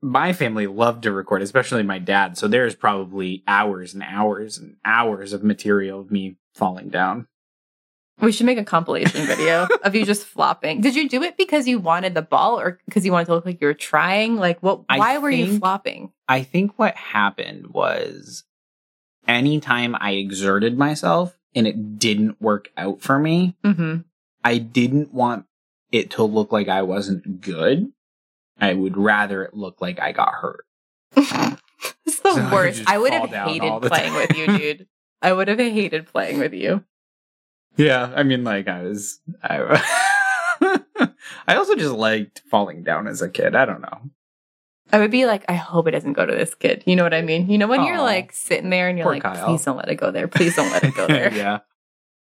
Speaker 1: my family loved to record, especially my dad. So there's probably hours and hours and hours of material of me falling down.
Speaker 2: we should make a compilation video of you just flopping. Did you do it because you wanted the ball or because you wanted to look like you were trying? Like what
Speaker 1: I
Speaker 2: why were you
Speaker 1: think-
Speaker 2: flopping?
Speaker 1: I think what happened was anytime I exerted myself and it didn't work out for me,
Speaker 2: hmm
Speaker 1: I didn't want it to look like I wasn't good. I would rather it look like I got hurt.
Speaker 2: it's the
Speaker 1: So I could
Speaker 2: worst.
Speaker 1: just
Speaker 2: I would
Speaker 1: fall
Speaker 2: have
Speaker 1: down all
Speaker 2: hated
Speaker 1: the
Speaker 2: playing with you,
Speaker 1: time.
Speaker 2: dude. I would have hated playing with you.
Speaker 1: Yeah, I mean, like I was, I, I also just liked falling down as a kid. I don't know.
Speaker 2: I would be like, I hope it doesn't go to this kid. You know what I mean? You know, when you're
Speaker 1: Aw.
Speaker 2: like sitting there and you're
Speaker 1: Poor
Speaker 2: like,
Speaker 1: Kyle.
Speaker 2: please don't let it go there. Please don't let it go there.
Speaker 1: yeah.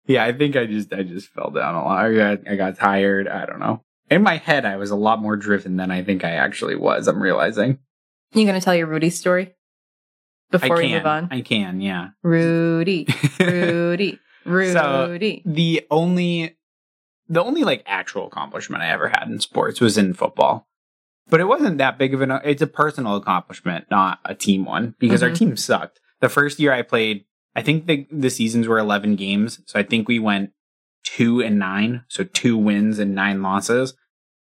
Speaker 1: Yeah, I think I just I just fell down a lot. I got, I got tired. I don't know. In my head, I was a lot more driven than I think I actually was. I'm realizing.
Speaker 2: You gonna tell your Rudy story? Before
Speaker 1: I
Speaker 2: we
Speaker 1: can.
Speaker 2: move on.
Speaker 1: I can. Yeah.
Speaker 2: Rudy. Rudy.
Speaker 1: So-
Speaker 2: Rudy.
Speaker 1: the only, the only like actual accomplishment I ever had in sports was in football, but it wasn't that big of an. It's a personal accomplishment, not a team one, because our
Speaker 2: Mhm.
Speaker 1: team sucked. The first year I played, I think the the seasons were 11 games, so I think we went two and nine, so two wins and nine losses.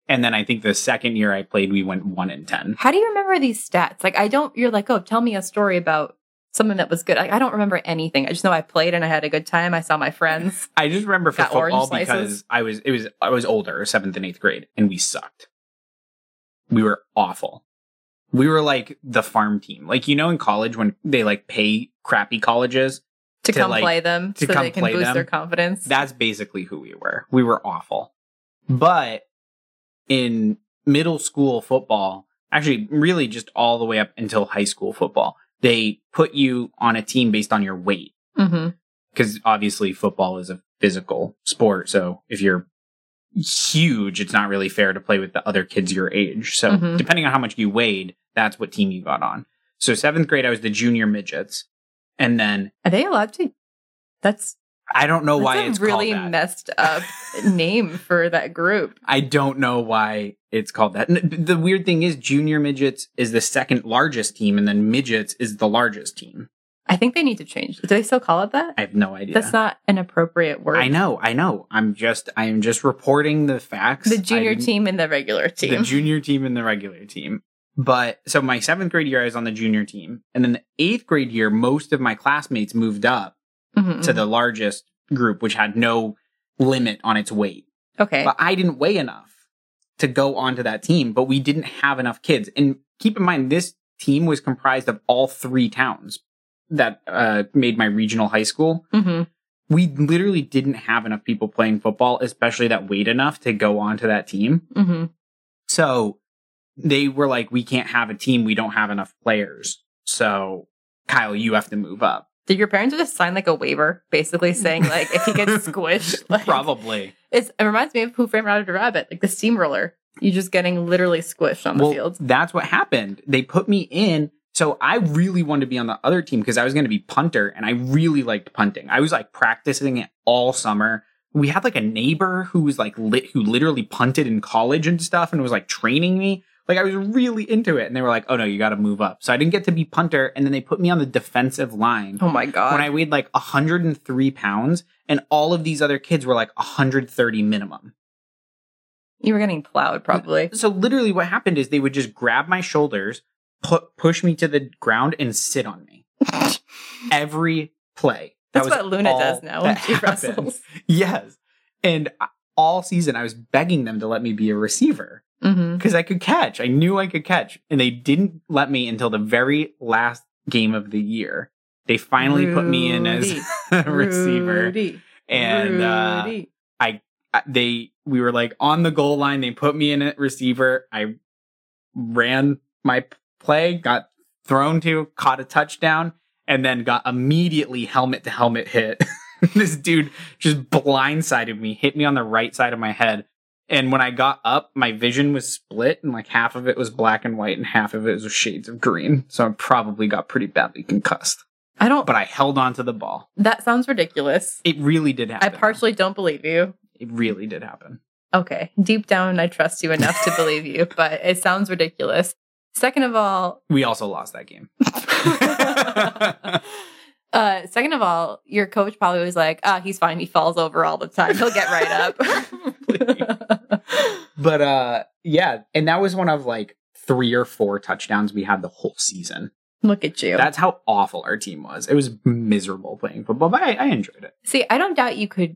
Speaker 1: And then I think the second year I played, we went one and ten.
Speaker 2: How do you remember these stats? Like, I don't, you're like, oh, tell me a story about something that was good. Like, I don't remember anything. I just know I played and I had a good time. I saw my friends.
Speaker 1: I just remember for
Speaker 2: Got orange
Speaker 1: football
Speaker 2: slices.
Speaker 1: because I was it was I was older, seventh and eighth grade, and we sucked. We were awful. We were like the farm team. Like you know in college when they like pay crappy colleges,
Speaker 2: To,
Speaker 1: To,
Speaker 2: come
Speaker 1: like,
Speaker 2: play them
Speaker 1: to
Speaker 2: so
Speaker 1: come
Speaker 2: they can
Speaker 1: play
Speaker 2: boost
Speaker 1: them.
Speaker 2: their confidence.
Speaker 1: that's basically who we were. We were awful. But in middle school football, actually really just all the way up until high school football, they put you on a team based on your weight.
Speaker 2: hmm
Speaker 1: because obviously football is a physical sport. So if you're huge, it's not really fair to play with the other kids your age. So
Speaker 2: Mhm.
Speaker 1: depending on how much you weighed, that's what team you got on. So seventh grade, I was the junior midgets, and then
Speaker 2: Are they allowed to? That's,
Speaker 1: I don't know
Speaker 2: that's
Speaker 1: Oh, why
Speaker 2: a
Speaker 1: it's
Speaker 2: really uh,
Speaker 1: called that.
Speaker 2: messed up name for that group.
Speaker 1: I don't know why it's called that. N- The weird thing is, junior midgets is the second largest team, and then midgets is the largest team.
Speaker 2: I think they need to change. Do they still call it that?
Speaker 1: I have no idea.
Speaker 2: That's not an appropriate word.
Speaker 1: I know, I know. I'm just, I am just reporting the facts.
Speaker 2: The
Speaker 1: I
Speaker 2: junior
Speaker 1: didn't-
Speaker 2: team and the regular team.
Speaker 1: The junior team and the regular team. But so my seventh grade year, I was on the junior team. And then the eighth grade year, most of my classmates moved up
Speaker 2: Mhm.
Speaker 1: to the largest group, which had no limit on its weight.
Speaker 2: okay.
Speaker 1: But I didn't weigh enough to go onto that team, but we didn't have enough kids. And keep in mind, this team was comprised of all three towns that uh, made my regional high school.
Speaker 2: Mhm.
Speaker 1: We literally didn't have enough people playing football, especially that weighed enough to go onto that team.
Speaker 2: Mhm.
Speaker 1: So they were like, we can't have a team. We don't have enough players. So Kyle, you have to move up.
Speaker 2: Did your parents just sign like a waiver, basically saying like if he gets squished, like,
Speaker 1: Probably.
Speaker 2: It's, it reminds me of Who Framed Roger Rabbit, like the steamroller. You're just getting literally squished on the
Speaker 1: well,
Speaker 2: field.
Speaker 1: That's what happened. They put me in. So I really wanted to be on the other team because I was going to be punter and I really liked punting. I was like practicing it all summer. We had like a neighbor who was like lit, who literally punted in college and stuff and was like training me. Like I was really into it. And they were like, oh no, you got to move up. So I didn't get to be punter. And then they put me on the defensive line
Speaker 2: Oh my god.
Speaker 1: when I weighed like 103 pounds and all of these other kids were like 130 minimum.
Speaker 2: you were getting plowed probably.
Speaker 1: So literally what happened is they would just grab my shoulders, put push me to the ground and sit on me. Every play. That
Speaker 2: That's
Speaker 1: was
Speaker 2: what Luna
Speaker 1: all
Speaker 2: does now when
Speaker 1: that
Speaker 2: she
Speaker 1: happened.
Speaker 2: wrestles.
Speaker 1: Yes. And I- all season I was begging them to let me be a receiver
Speaker 2: hmm
Speaker 1: because I could catch. I knew I could catch. And they didn't let me until the very last game of the year. They finally put me in as
Speaker 2: Rudy.
Speaker 1: a receiver.
Speaker 2: Rudy.
Speaker 1: And uh,
Speaker 2: Rudy.
Speaker 1: I- they we were like on the goal line. They put me in at receiver. I ran my p- play, got thrown to, caught a touchdown, and then got immediately helmet to helmet hit. this dude just blindsided me, hit me on the right side of my head. And when I got up, my vision was split, and like half of it was black and white, and half of it was shades of green. So I probably got pretty badly concussed.
Speaker 2: I don't
Speaker 1: But I held on to the ball.
Speaker 2: that sounds ridiculous.
Speaker 1: It really did
Speaker 2: I
Speaker 1: happen.
Speaker 2: partially don't believe you.
Speaker 1: It really did happen.
Speaker 2: Okay. Deep down I trust you enough to believe you, but it sounds ridiculous. Second of all,
Speaker 1: We also lost that game.
Speaker 2: uh, second of all, your coach probably was like, "Ah, he's fine. He falls over all the time. He'll get right up."
Speaker 1: but uh yeah, and that was one of like three or four touchdowns we had the whole season.
Speaker 2: Look at you.
Speaker 1: That's how awful our team was. It was miserable playing football, but I, I enjoyed it.
Speaker 2: See, I don't doubt you could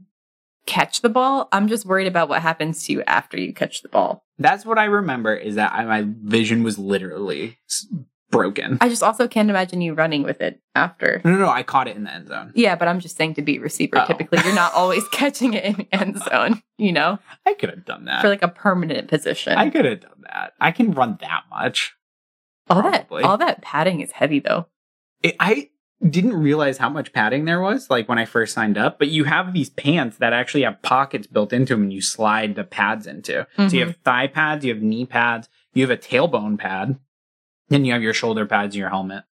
Speaker 2: catch the ball. I'm just worried about what happens to you after you catch the ball.
Speaker 1: That's what I remember is that I, my vision was literally s- broken.
Speaker 2: I just also can't imagine you running with it after.
Speaker 1: No, no, no, I caught it in the end zone.
Speaker 2: Yeah, but I'm just saying to be a receiver,
Speaker 1: Oh.
Speaker 2: typically you're not always catching it in the end zone, you know,
Speaker 1: I could have done that.
Speaker 2: for like a permanent position.
Speaker 1: I could have done that. I can run that much.
Speaker 2: all that
Speaker 1: probably.
Speaker 2: all that padding is heavy though.
Speaker 1: it, I didn't realize how much padding there was like when I first signed up, but you have these pants that actually have pockets built into them and you slide the pads into.
Speaker 2: Mm-hmm.
Speaker 1: So you have thigh pads, you have knee pads, you have a tailbone pad, then you have your shoulder pads and your helmet.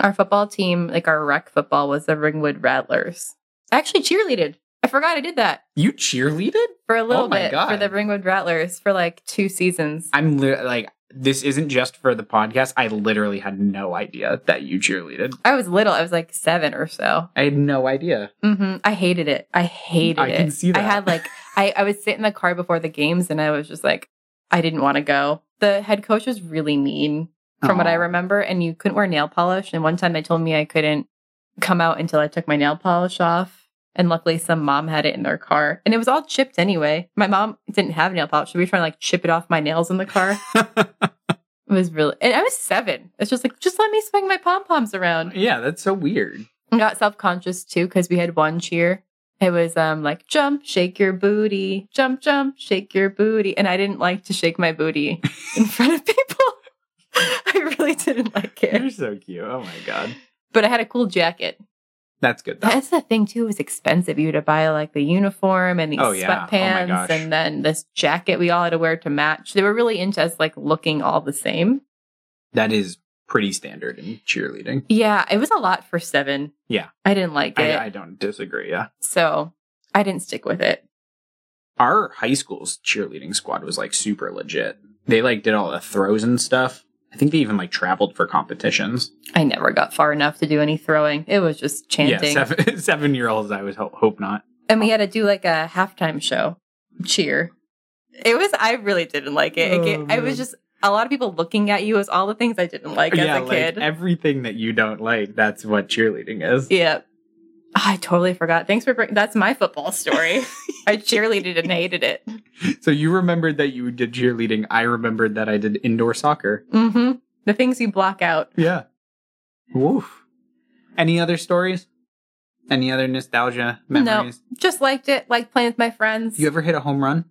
Speaker 2: Our football team, like our rec football, was the Ringwood Rattlers. I actually cheerleaded. I forgot I did that
Speaker 1: You cheerleaded?
Speaker 2: for a little
Speaker 1: Oh my
Speaker 2: bit for
Speaker 1: God.
Speaker 2: the Ringwood Rattlers for like two seasons.
Speaker 1: I'm li- like, this isn't just for the podcast. I literally had no idea that you cheerleaded.
Speaker 2: I was little. I was like seven or so.
Speaker 1: I had no idea.
Speaker 2: hmm I hated it. I hated
Speaker 1: I
Speaker 2: it.
Speaker 1: can see
Speaker 2: I
Speaker 1: that.
Speaker 2: had like I, I would sit in the car before the games and I was just like I didn't want to go. The head coach was really mean from what I
Speaker 1: Aw.
Speaker 2: remember, and you couldn't wear nail polish. And one time they told me I couldn't come out until I took my nail polish off. And luckily, some mom had it in their car, and it was all chipped anyway. My mom didn't have nail polish, so we were trying to like chip it off my nails in the car. it was really, and I was seven. It's just like, just let me swing my pom poms around.
Speaker 1: yeah, that's so weird.
Speaker 2: I got self conscious too because we had one cheer. It was um like jump, shake your booty, jump, jump, shake your booty, and I didn't like to shake my booty in front of people. I really didn't like
Speaker 1: You're
Speaker 2: it,
Speaker 1: so cute. Oh my God.
Speaker 2: but I had a cool jacket.
Speaker 1: Oh. That's good though.
Speaker 2: That's the thing too; it was expensive. You had to buy like the uniform and these
Speaker 1: Oh, yeah. Oh, my
Speaker 2: sweatpants,
Speaker 1: gosh.
Speaker 2: and then this jacket we all had to wear to match. They were really into us like looking all the same.
Speaker 1: That is pretty standard in cheerleading.
Speaker 2: Yeah, it was a lot for seven.
Speaker 1: Yeah.
Speaker 2: I didn't like it,
Speaker 1: I, I don't disagree. Yeah.
Speaker 2: so I didn't stick with it.
Speaker 1: Our high school's cheerleading squad was like super legit. They like did all the throws and stuff. I think they even like traveled for competitions.
Speaker 2: I never got far enough to do any throwing. It was just chanting.
Speaker 1: Yeah, seven, seven year olds, I would hope, hope not.
Speaker 2: and we had to do like a halftime show cheer. It was, I really didn't like it.
Speaker 1: Oh,
Speaker 2: it ga- I
Speaker 1: man.
Speaker 2: was just, a lot of people looking at you was all the things I didn't like
Speaker 1: yeah,
Speaker 2: as a kid.
Speaker 1: like everything that you don't like, that's what cheerleading is.
Speaker 2: yeah. Oh, I totally forgot. Thanks for bringing, that's my football story. I cheerleaded and hated it.
Speaker 1: So you remembered that you did cheerleading. I remembered that I did indoor soccer.
Speaker 2: hmm The things you block out.
Speaker 1: Yeah. Woof. Any other stories? Any other nostalgia memories?
Speaker 2: Just liked it, liked playing with my friends.
Speaker 1: You ever hit a home run?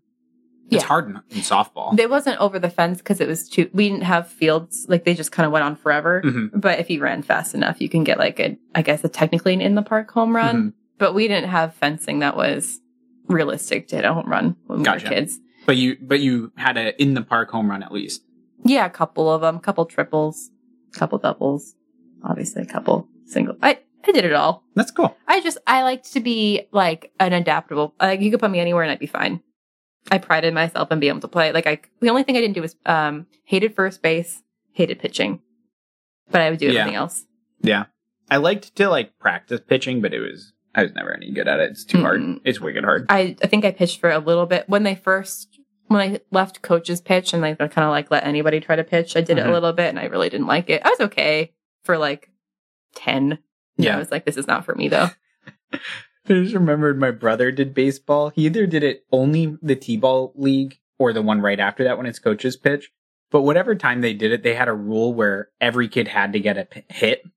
Speaker 1: It's
Speaker 2: Yeah.
Speaker 1: hard in, in softball.
Speaker 2: They wasn't over the fence because it was too. We didn't have fields like they just kind of went on forever.
Speaker 1: Mhm.
Speaker 2: But if you ran fast enough, you can get like a, I guess, a technically an in the park home run.
Speaker 1: Mhm.
Speaker 2: But we didn't have fencing that was realistic to hit a home run when we
Speaker 1: Gotcha.
Speaker 2: were kids.
Speaker 1: But you but you had a in the park home run at least.
Speaker 2: Yeah, a couple of them, couple triples, couple doubles, obviously a couple single. I I did it all.
Speaker 1: That's cool.
Speaker 2: I just I liked to be like an adaptable. Like you could put me anywhere and I'd be fine. I prided myself on being able to play. Like I the only thing I didn't do was um hated first base, hated pitching, but I would do
Speaker 1: Yeah.
Speaker 2: everything else.
Speaker 1: Yeah. I liked to like practice pitching, but it was I was never any good at it. It's too hard.
Speaker 2: Mm-mm.
Speaker 1: It's wicked hard.
Speaker 2: I I think I pitched for a little bit when they first when I left coaches pitch and they kind of like let anybody try to pitch. I did it
Speaker 1: Mhm.
Speaker 2: a little bit and I really didn't like it. I was okay for like ten. I was like, this is not for me though.
Speaker 1: I just remembered my brother did baseball. He either did it only the T-ball league or the one right after that when it's coaches pitch. But whatever time they did it, they had a rule where every kid had to get a p- hit.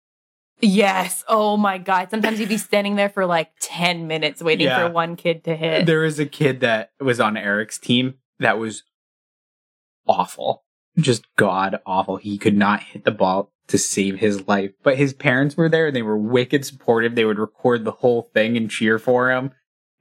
Speaker 2: Yes. Oh my God. Sometimes you'd be standing there for like 10 minutes waiting
Speaker 1: Yeah.
Speaker 2: for one kid to hit.
Speaker 1: There was a kid that was on Eric's team that was awful. Just god awful. He could not hit the ball to save his life. But his parents were there and they were wicked supportive. They would record the whole thing and cheer for him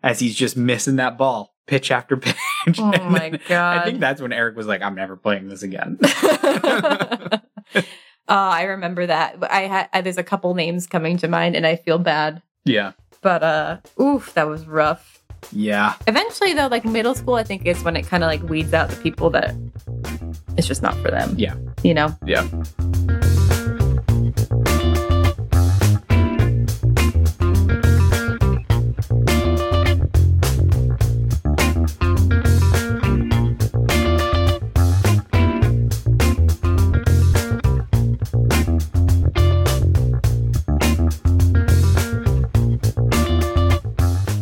Speaker 1: as he's just missing that ball, pitch after pitch.
Speaker 2: oh
Speaker 1: And
Speaker 2: my
Speaker 1: then-
Speaker 2: God.
Speaker 1: I think that's when Eric was like, I'm never playing this again.
Speaker 2: uh, I remember that. But I had, I, there's a couple names coming to mind and I feel bad.
Speaker 1: yeah.
Speaker 2: But, uh, oof, that was rough.
Speaker 1: Yeah.
Speaker 2: Eventually, though, like middle school, I think is when it kind of like weeds out the people that it's just not for them.
Speaker 1: Yeah.
Speaker 2: You know?
Speaker 1: Yeah.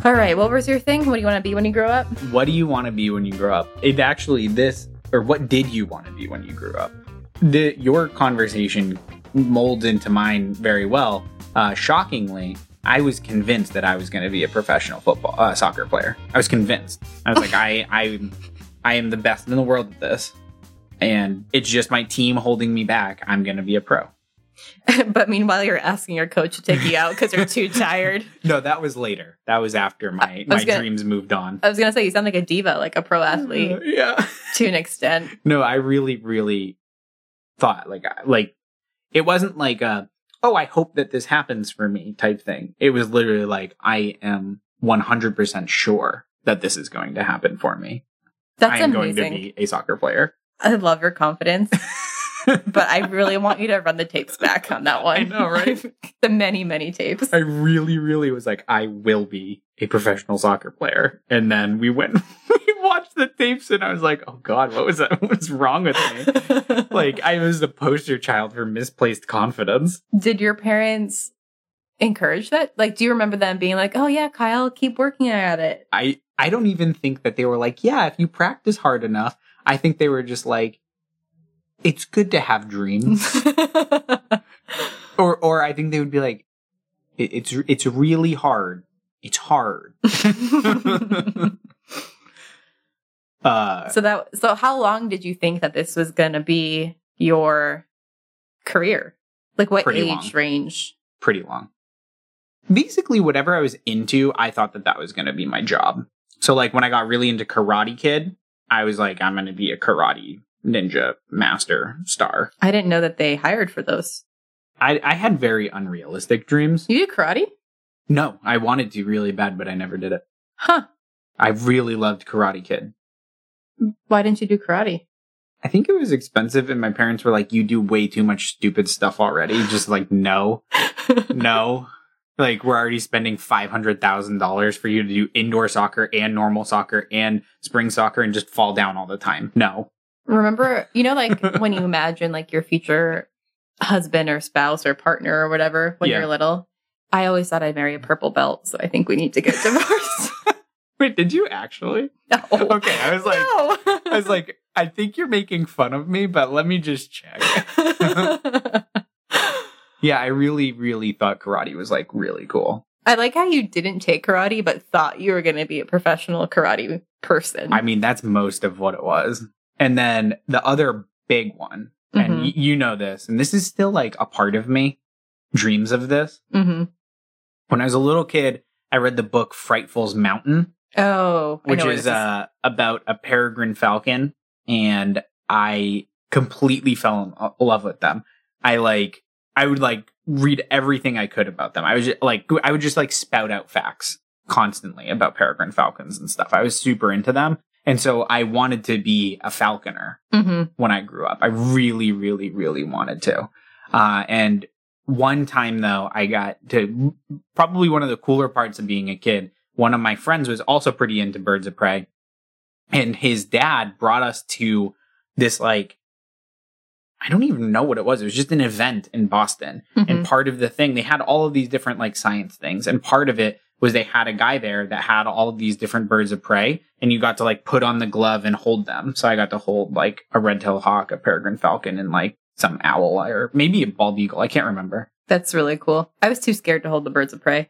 Speaker 2: All right. What was your thing? What do you want to be when you grow up?
Speaker 1: What do you want to be when you grow up? It actually this or what did you want to be when you grew up? The your conversation molds into mine very well. Uh, shockingly, I was convinced that I was going to be a professional football uh, soccer player. I was convinced. I was like, I I I am the best in the world at this, and it's just my team holding me back. I'm going to be a pro.
Speaker 2: but meanwhile, you're asking your coach to take you out because you're too tired.
Speaker 1: No, that was later. That was after my
Speaker 2: I was
Speaker 1: my
Speaker 2: gonna-
Speaker 1: dreams moved on.
Speaker 2: I was gonna say you sound like a diva, like a pro
Speaker 1: Uh,
Speaker 2: athlete
Speaker 1: yeah.
Speaker 2: to an extent.
Speaker 1: No, I really, really thought like I- like it wasn't like a oh I hope that this happens for me type thing. It was literally like I am one hundred percent sure that this is going to happen for me.
Speaker 2: That's
Speaker 1: I am
Speaker 2: amazing.
Speaker 1: going to be a soccer player.
Speaker 2: I love your confidence, but I really want you to run the tapes back on that one.
Speaker 1: I know, right?
Speaker 2: the many, many tapes.
Speaker 1: I really, really was like I will be a professional soccer player, and then we went we watched the tapes, and I was like oh god, what was that? What's wrong with me? like I was the poster child for misplaced confidence.
Speaker 2: did your parents encourage that? Like, do you remember them being like, "Oh yeah, Kyle, keep working at it"?
Speaker 1: I I don't even think that they were like, yeah, if you practice hard enough. I think they were just like, it's good to have dreams, or or I think they would be like, "It- it's it's really hard. It's hard. uh,
Speaker 2: so that so how long did you think that this was going to be your career like what
Speaker 1: Pretty
Speaker 2: age
Speaker 1: long.
Speaker 2: range
Speaker 1: pretty long. Basically, whatever I was into, I thought that that was going to be my job. So, like, when I got really into Karate Kid, I was like, I'm going to be a karate ninja master star.
Speaker 2: i didn't know that they hired for those
Speaker 1: I, I had very unrealistic dreams.
Speaker 2: you did karate
Speaker 1: No, I wanted to really bad, but I never did it.
Speaker 2: huh
Speaker 1: I really loved Karate Kid.
Speaker 2: why didn't you do karate
Speaker 1: I think it was expensive, and my parents were like, You do way too much stupid stuff already. Just like, no, no. Like, we're already spending $500,000 for you to do indoor soccer and normal soccer and spring soccer and just fall down all the time. No.
Speaker 2: remember you know like when you imagine like your future husband or spouse or partner or whatever when
Speaker 1: Yeah.
Speaker 2: you're little i always thought i'd marry a purple belt so i think we need to get divorced
Speaker 1: Wait, did you actually?
Speaker 2: no.
Speaker 1: Okay, I was like-
Speaker 2: no.
Speaker 1: I was like, I think you're making fun of me, but let me just check. Yeah, I really, really thought karate was like really cool.
Speaker 2: I like how you didn't take karate, but thought you were going to be a professional karate person.
Speaker 1: I mean, that's most of what it was. And then the other big one, and
Speaker 2: Mhm.
Speaker 1: y- you know this, and this is still like a part of me, dreams of this.
Speaker 2: Mhm.
Speaker 1: When I was a little kid, I read the book Frightful's Mountain.
Speaker 2: Oh, I
Speaker 1: which
Speaker 2: know where
Speaker 1: is
Speaker 2: this
Speaker 1: uh, about a peregrine falcon, and I completely fell in lo- love with them. I like, I would like read everything I could about them. I was just, like, I would just like spout out facts constantly about peregrine falcons and stuff. I was super into them, and so I wanted to be a falconer
Speaker 2: Mhm.
Speaker 1: when I grew up. I really, really, really wanted to. Uh, and one time though, I got to probably one of the cooler parts of being a kid. One of my friends was also pretty into birds of prey, and his dad brought us to this like I don't even know what it was. It was just an event in Boston, and
Speaker 2: Mhm.
Speaker 1: part of the thing they had all of these different like science things and part of it was they had a guy there that had all of these different birds of prey and you got to like put on the glove and hold them so i got to hold like a red-tailed hawk a peregrine falcon and like some owl or maybe a bald eagle i can't remember
Speaker 2: That's really cool. I was too scared to hold the birds of prey.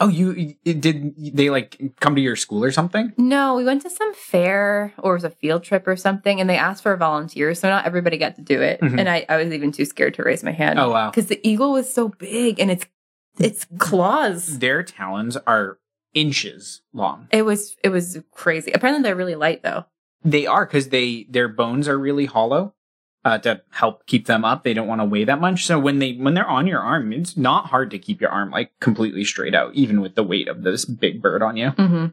Speaker 1: oh you it- did they like come to your school or something
Speaker 2: No, we went to some fair or it was a field trip or something, and they asked for volunteers, so not everybody got to do it.
Speaker 1: Mhm.
Speaker 2: And I, I was even too scared to raise my hand
Speaker 1: oh wow
Speaker 2: because the eagle was so big and its its claws.
Speaker 1: their talons are inches long
Speaker 2: It was it was crazy. Apparently, they're really light though.
Speaker 1: They are because they their bones are really hollow uh, to help keep them up. They don't want to weigh that much, so when they when they're on your arm, it's not hard to keep your arm like completely straight out, even with the weight of this big bird on you.
Speaker 2: Mm-hmm.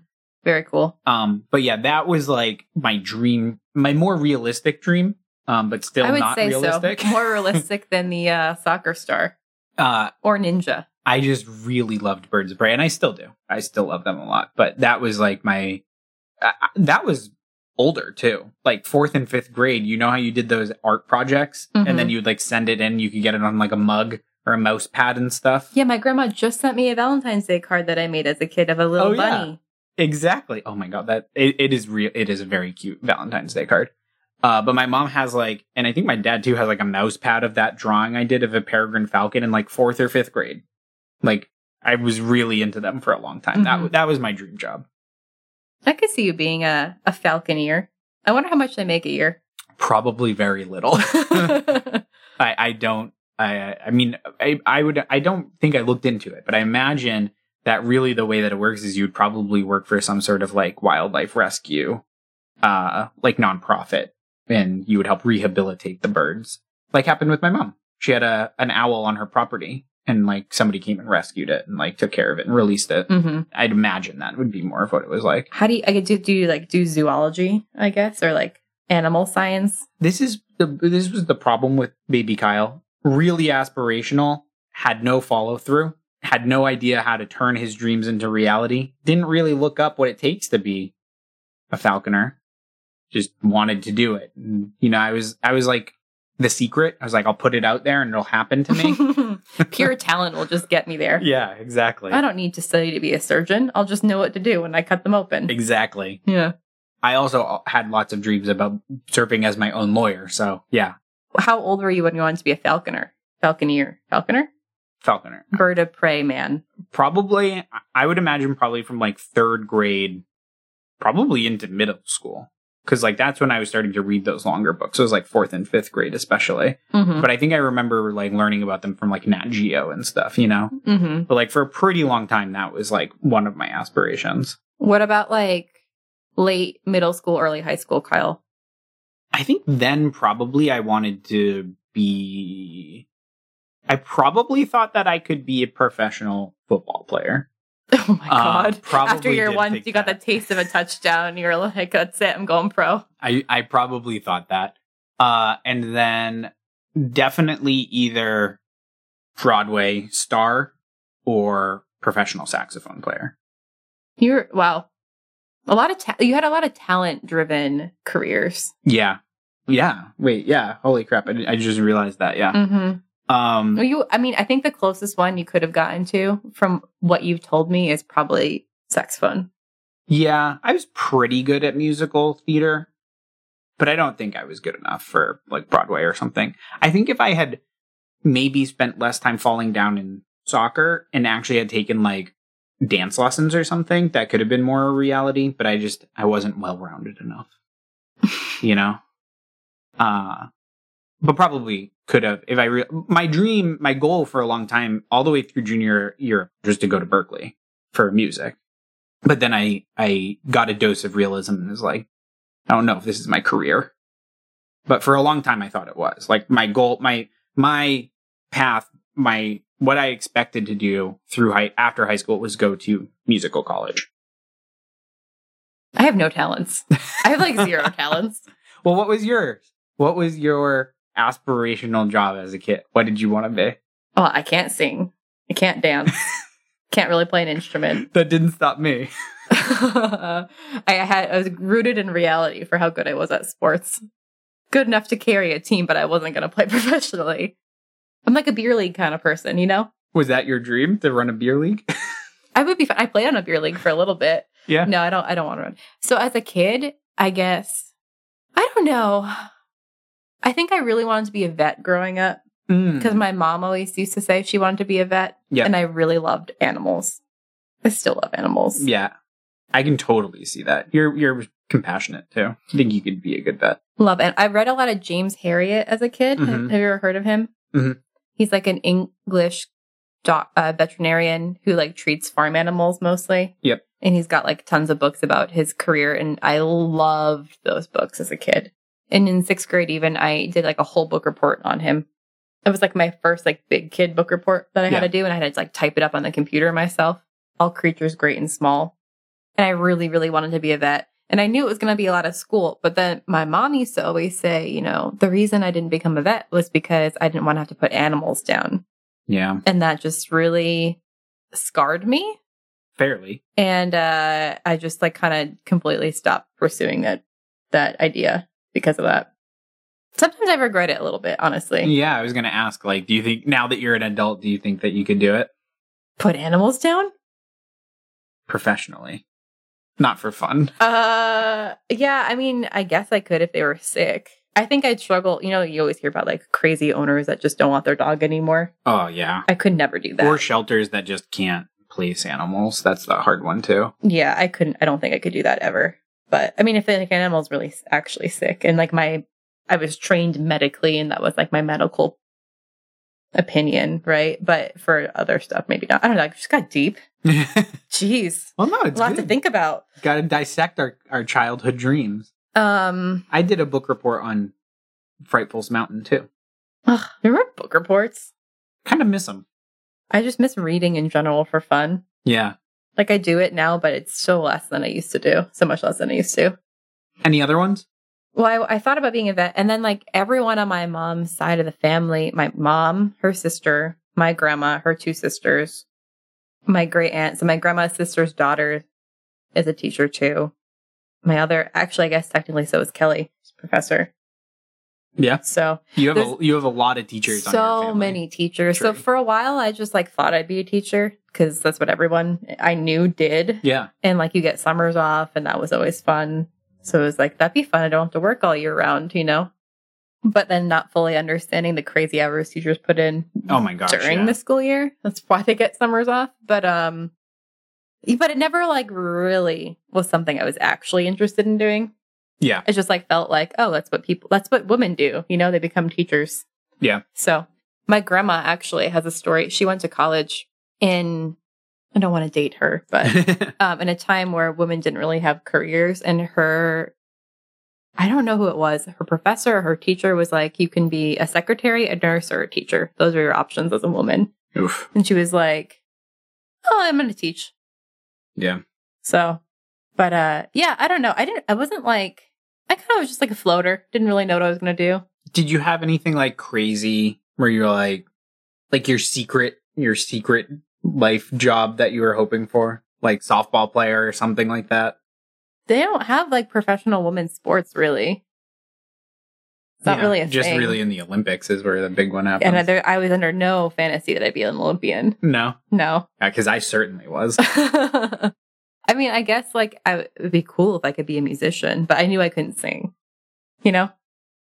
Speaker 2: Very cool.
Speaker 1: Um, but yeah, that was like my dream, my more realistic dream, um, but still
Speaker 2: I would
Speaker 1: not
Speaker 2: say
Speaker 1: realistic.
Speaker 2: so. More realistic than the uh, soccer star
Speaker 1: uh,
Speaker 2: or ninja.
Speaker 1: I just really loved Birds of Prey, and I still do. I still love them a lot. But that was like my I, I- that was older too, like fourth and fifth grade. You know how you did those art projects, and then you would like send it in. You could get it on like a mug or a mouse pad and stuff.
Speaker 2: Yeah, my grandma just sent me a Valentine's Day card that I made as a kid of a little
Speaker 1: Oh, yeah.
Speaker 2: bunny.
Speaker 1: Exactly. Oh my god, that it, it is real. It is a very cute Valentine's Day card. Uh, but my mom has like, and I think my dad too has like a mouse pad of that drawing I did of a peregrine falcon in like fourth or fifth grade. Like I was really into them for a long time. That
Speaker 2: Mhm.
Speaker 1: that was my dream job.
Speaker 2: I could see you being a, a falconeer. I wonder how much they make a year. Mm-hmm.
Speaker 1: probably very little. I, I don't. I I mean I I would I don't think I looked into it, but I imagine that really the way that it works is you'd probably work for some sort of like wildlife rescue, uh, like nonprofit, and you would help rehabilitate the birds, like happened with my mom. She had a an owl on her property, and like somebody came and rescued it and like took care of it and released it.
Speaker 2: hmm
Speaker 1: I'd imagine that would be more of what it was like.
Speaker 2: How do you, I could do, do you like do zoology, I guess, or like animal science?
Speaker 1: this is the this was the problem with baby kyle really aspirational had no follow through had no idea how to turn his dreams into reality didn't really look up what it takes to be a falconer just wanted to do it And, you know i was i was like the secret i was like i'll put it out there and it'll happen to me
Speaker 2: Pure talent will just get me there.
Speaker 1: yeah exactly
Speaker 2: I don't need to study to be a surgeon. I'll just know what to do when I cut them open.
Speaker 1: exactly
Speaker 2: Yeah.
Speaker 1: i also had lots of dreams about serving as my own lawyer so yeah
Speaker 2: How old were you when you wanted to be a falconer? Falconeer. Falconer?
Speaker 1: falconer
Speaker 2: Bird of prey man.
Speaker 1: probably i would imagine probably from like third grade probably into middle school because like that's when i was starting to read those longer books it was like fourth and fifth grade especially
Speaker 2: Mm-hmm.
Speaker 1: but i think i remember like learning about them from like nat geo and stuff you know
Speaker 2: Mm-hmm.
Speaker 1: but like for a pretty long time that was like one of my aspirations
Speaker 2: What about like late middle school, early high school, Kyle?
Speaker 1: i think then probably i wanted to be i probably thought that i could be a professional football player
Speaker 2: Oh my
Speaker 1: Uh,
Speaker 2: god.
Speaker 1: probably
Speaker 2: After year
Speaker 1: did
Speaker 2: one,
Speaker 1: think
Speaker 2: you got
Speaker 1: that.
Speaker 2: the taste of a touchdown. You're like, that's it. I'm going pro.
Speaker 1: I I probably thought that. Uh and then definitely either Broadway star or professional saxophone player.
Speaker 2: You're wow. A lot of ta- you had a lot of talent driven careers.
Speaker 1: Yeah. Yeah. Wait, yeah. Holy crap. I, I just realized that. Yeah.
Speaker 2: Mm-hmm.
Speaker 1: Um
Speaker 2: You, I mean, I think the closest one you could have gotten to from what you've told me is probably saxophone.
Speaker 1: yeah, I was pretty good at musical theater, but I don't think I was good enough for like Broadway or something. I think if I had maybe spent less time falling down in soccer and actually had taken like dance lessons or something that could have been more a reality but i just i wasn't well rounded enough you know uh but probably could have if i re- my dream my goal for a long time all the way through junior year was to go to berkeley for music But then I I got a dose of realism and was like, I don't know if this is my career. But for a long time I thought it was. Like my goal my my path, my what I expected to do through high after high school was go to musical college.
Speaker 2: I have no talents. I have like zero talents.
Speaker 1: Well, what was yours? What was your aspirational job as a kid? What did you want to be?
Speaker 2: Oh, I can't sing. I can't dance. can't really play an instrument.
Speaker 1: That didn't stop me.
Speaker 2: I had I was rooted in reality for how good I was at sports. Good enough to carry a team, but I wasn't going to play professionally. I'm like a beer league kind of person, you know.
Speaker 1: Was that your dream to run a beer league?
Speaker 2: I would be. Fun. I played on a beer league for a little bit.
Speaker 1: Yeah.
Speaker 2: No, I don't. I don't want to run. So as a kid, I guess I don't know. I think I really wanted to be a vet growing up
Speaker 1: Hmm.
Speaker 2: because my mom always used to say she wanted to be a vet,
Speaker 1: Yeah.
Speaker 2: and I really loved animals. I still love animals.
Speaker 1: Yeah. I can totally see that. You're you're compassionate too. I think you could be a good vet.
Speaker 2: Love it. I read a lot of James Harriet as a kid. Have-
Speaker 1: Mhm.
Speaker 2: Have you ever heard of him?
Speaker 1: Mhm.
Speaker 2: He's like an English doc, uh, veterinarian who like treats farm animals mostly.
Speaker 1: Yep.
Speaker 2: And he's got like tons of books about his career, and I loved those books as a kid. And in sixth grade, even I did like a whole book report on him. It was like my first like big kid book report that I had
Speaker 1: Yeah.
Speaker 2: to do, and I had to like type it up on the computer myself. All creatures great and small. And I really, really wanted to be a vet. And I knew it was going to be a lot of school. But then my mom used to always say, you know, the reason I didn't become a vet was because I didn't want to have to put animals down.
Speaker 1: Yeah.
Speaker 2: And that just really scarred me.
Speaker 1: Fairly.
Speaker 2: And uh, I just like kind of completely stopped pursuing that that idea because of that. Sometimes I regret it a little bit, honestly.
Speaker 1: Yeah, I was gonna ask, like, do you think now that you're an adult, do you think that you could do it
Speaker 2: Put animals down?
Speaker 1: professionally? Not for fun.
Speaker 2: Uh, yeah. I mean, I guess I could if they were sick. I think I'd struggle. You know, you always hear about like crazy owners that just don't want their dog anymore.
Speaker 1: Oh yeah.
Speaker 2: I could never do that.
Speaker 1: Or shelters that just can't place animals. That's the hard one too.
Speaker 2: yeah, I couldn't. I don't think I could do that ever. But I mean, if the animal's really s- actually sick, and like my, I was trained medically, and that was like my medical opinion, right? But for other stuff, maybe not. I don't know. I just got deep.
Speaker 1: well
Speaker 2: Jeez,
Speaker 1: no, it's
Speaker 2: a lot
Speaker 1: good.
Speaker 2: to think about.
Speaker 1: Gotta dissect our, our childhood dreams.
Speaker 2: Um,
Speaker 1: I did a book report on Frightful's Mountain too.
Speaker 2: ugh, remember book reports?
Speaker 1: Kind of miss them.
Speaker 2: I just miss reading in general for fun.
Speaker 1: Yeah.
Speaker 2: Like I do it now, but it's so less than I used to do. So much less than I used to.
Speaker 1: Any other ones?
Speaker 2: Well, I, I thought about being a vet, and then like everyone on my mom's side of the family, my mom, her sister, my grandma, her two sisters, my great aunt. So my grandma's sister's daughter is a teacher too. My other, actually, I guess technically, so is Kelly, she's a professor.
Speaker 1: Yeah.
Speaker 2: So
Speaker 1: You have a
Speaker 2: There's
Speaker 1: you have a lot of teachers. on your
Speaker 2: so
Speaker 1: family.
Speaker 2: many teachers. So
Speaker 1: True.
Speaker 2: for a while, I just like thought I'd be a teacher because that's what everyone I knew did.
Speaker 1: Yeah,
Speaker 2: and like you get summers off and that was always fun so it was like that'd be fun i don't have to work all year round you know but then not fully understanding the crazy hours teachers put in
Speaker 1: Oh my gosh,
Speaker 2: during
Speaker 1: yeah.
Speaker 2: the school year that's why they get summers off but um but it never like really was something i was actually interested in doing
Speaker 1: yeah.
Speaker 2: it just like felt like oh that's what people that's what women do you know they become teachers
Speaker 1: Yeah.
Speaker 2: so my grandma actually has a story she went to college in i don't want to date her but um, in a time where women didn't really have careers and her i don't know who it was her professor or her teacher was like you can be a secretary a nurse or a teacher those are your options as a woman
Speaker 1: Oof.
Speaker 2: and she was like oh i'm gonna teach
Speaker 1: Yeah.
Speaker 2: so but uh yeah i don't know i didn't i wasn't like i kind of was just like a floater didn't really know what i was gonna do
Speaker 1: Did you have anything like crazy where you're like, like your secret, your secret life job that you were hoping for, like softball player or something like that?
Speaker 2: they don't have like professional women's sports really it's not
Speaker 1: Yeah,
Speaker 2: really a
Speaker 1: just
Speaker 2: thing.
Speaker 1: really in the Olympics is where the big one happens.
Speaker 2: and there, I was under no fantasy that I'd be an Olympian.
Speaker 1: no,
Speaker 2: No.
Speaker 1: because I certainly was.
Speaker 2: I mean, I guess like I, it would be cool if I could be a musician, but I knew I couldn't sing. You know,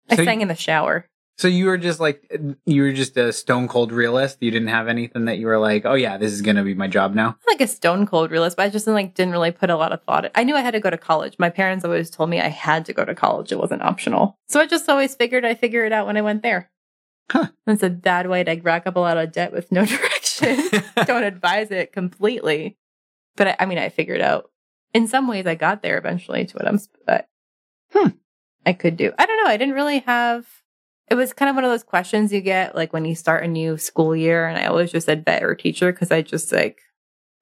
Speaker 2: I
Speaker 1: So you-
Speaker 2: sang in the shower.
Speaker 1: So you were just like, you were just a stone cold realist. You didn't have anything that you were like, oh yeah, this is gonna be my job now.
Speaker 2: I'm like a stone cold realist, but I just like didn't really put a lot of thought. I knew I had to go to college. My parents always told me I had to go to college; it wasn't optional. So I just always figured I figure it out when I went there.
Speaker 1: Huh.
Speaker 2: That's a bad way to rack up a lot of debt with no direction. Don't advise it completely, but I, I mean, I figured out in some ways, I got there eventually to what I'm, but
Speaker 1: Hmm.
Speaker 2: I could do. I don't know. I didn't really have. It was kind of one of those questions you get like when you start a new school year, and I always just said bet or teacher because I just like,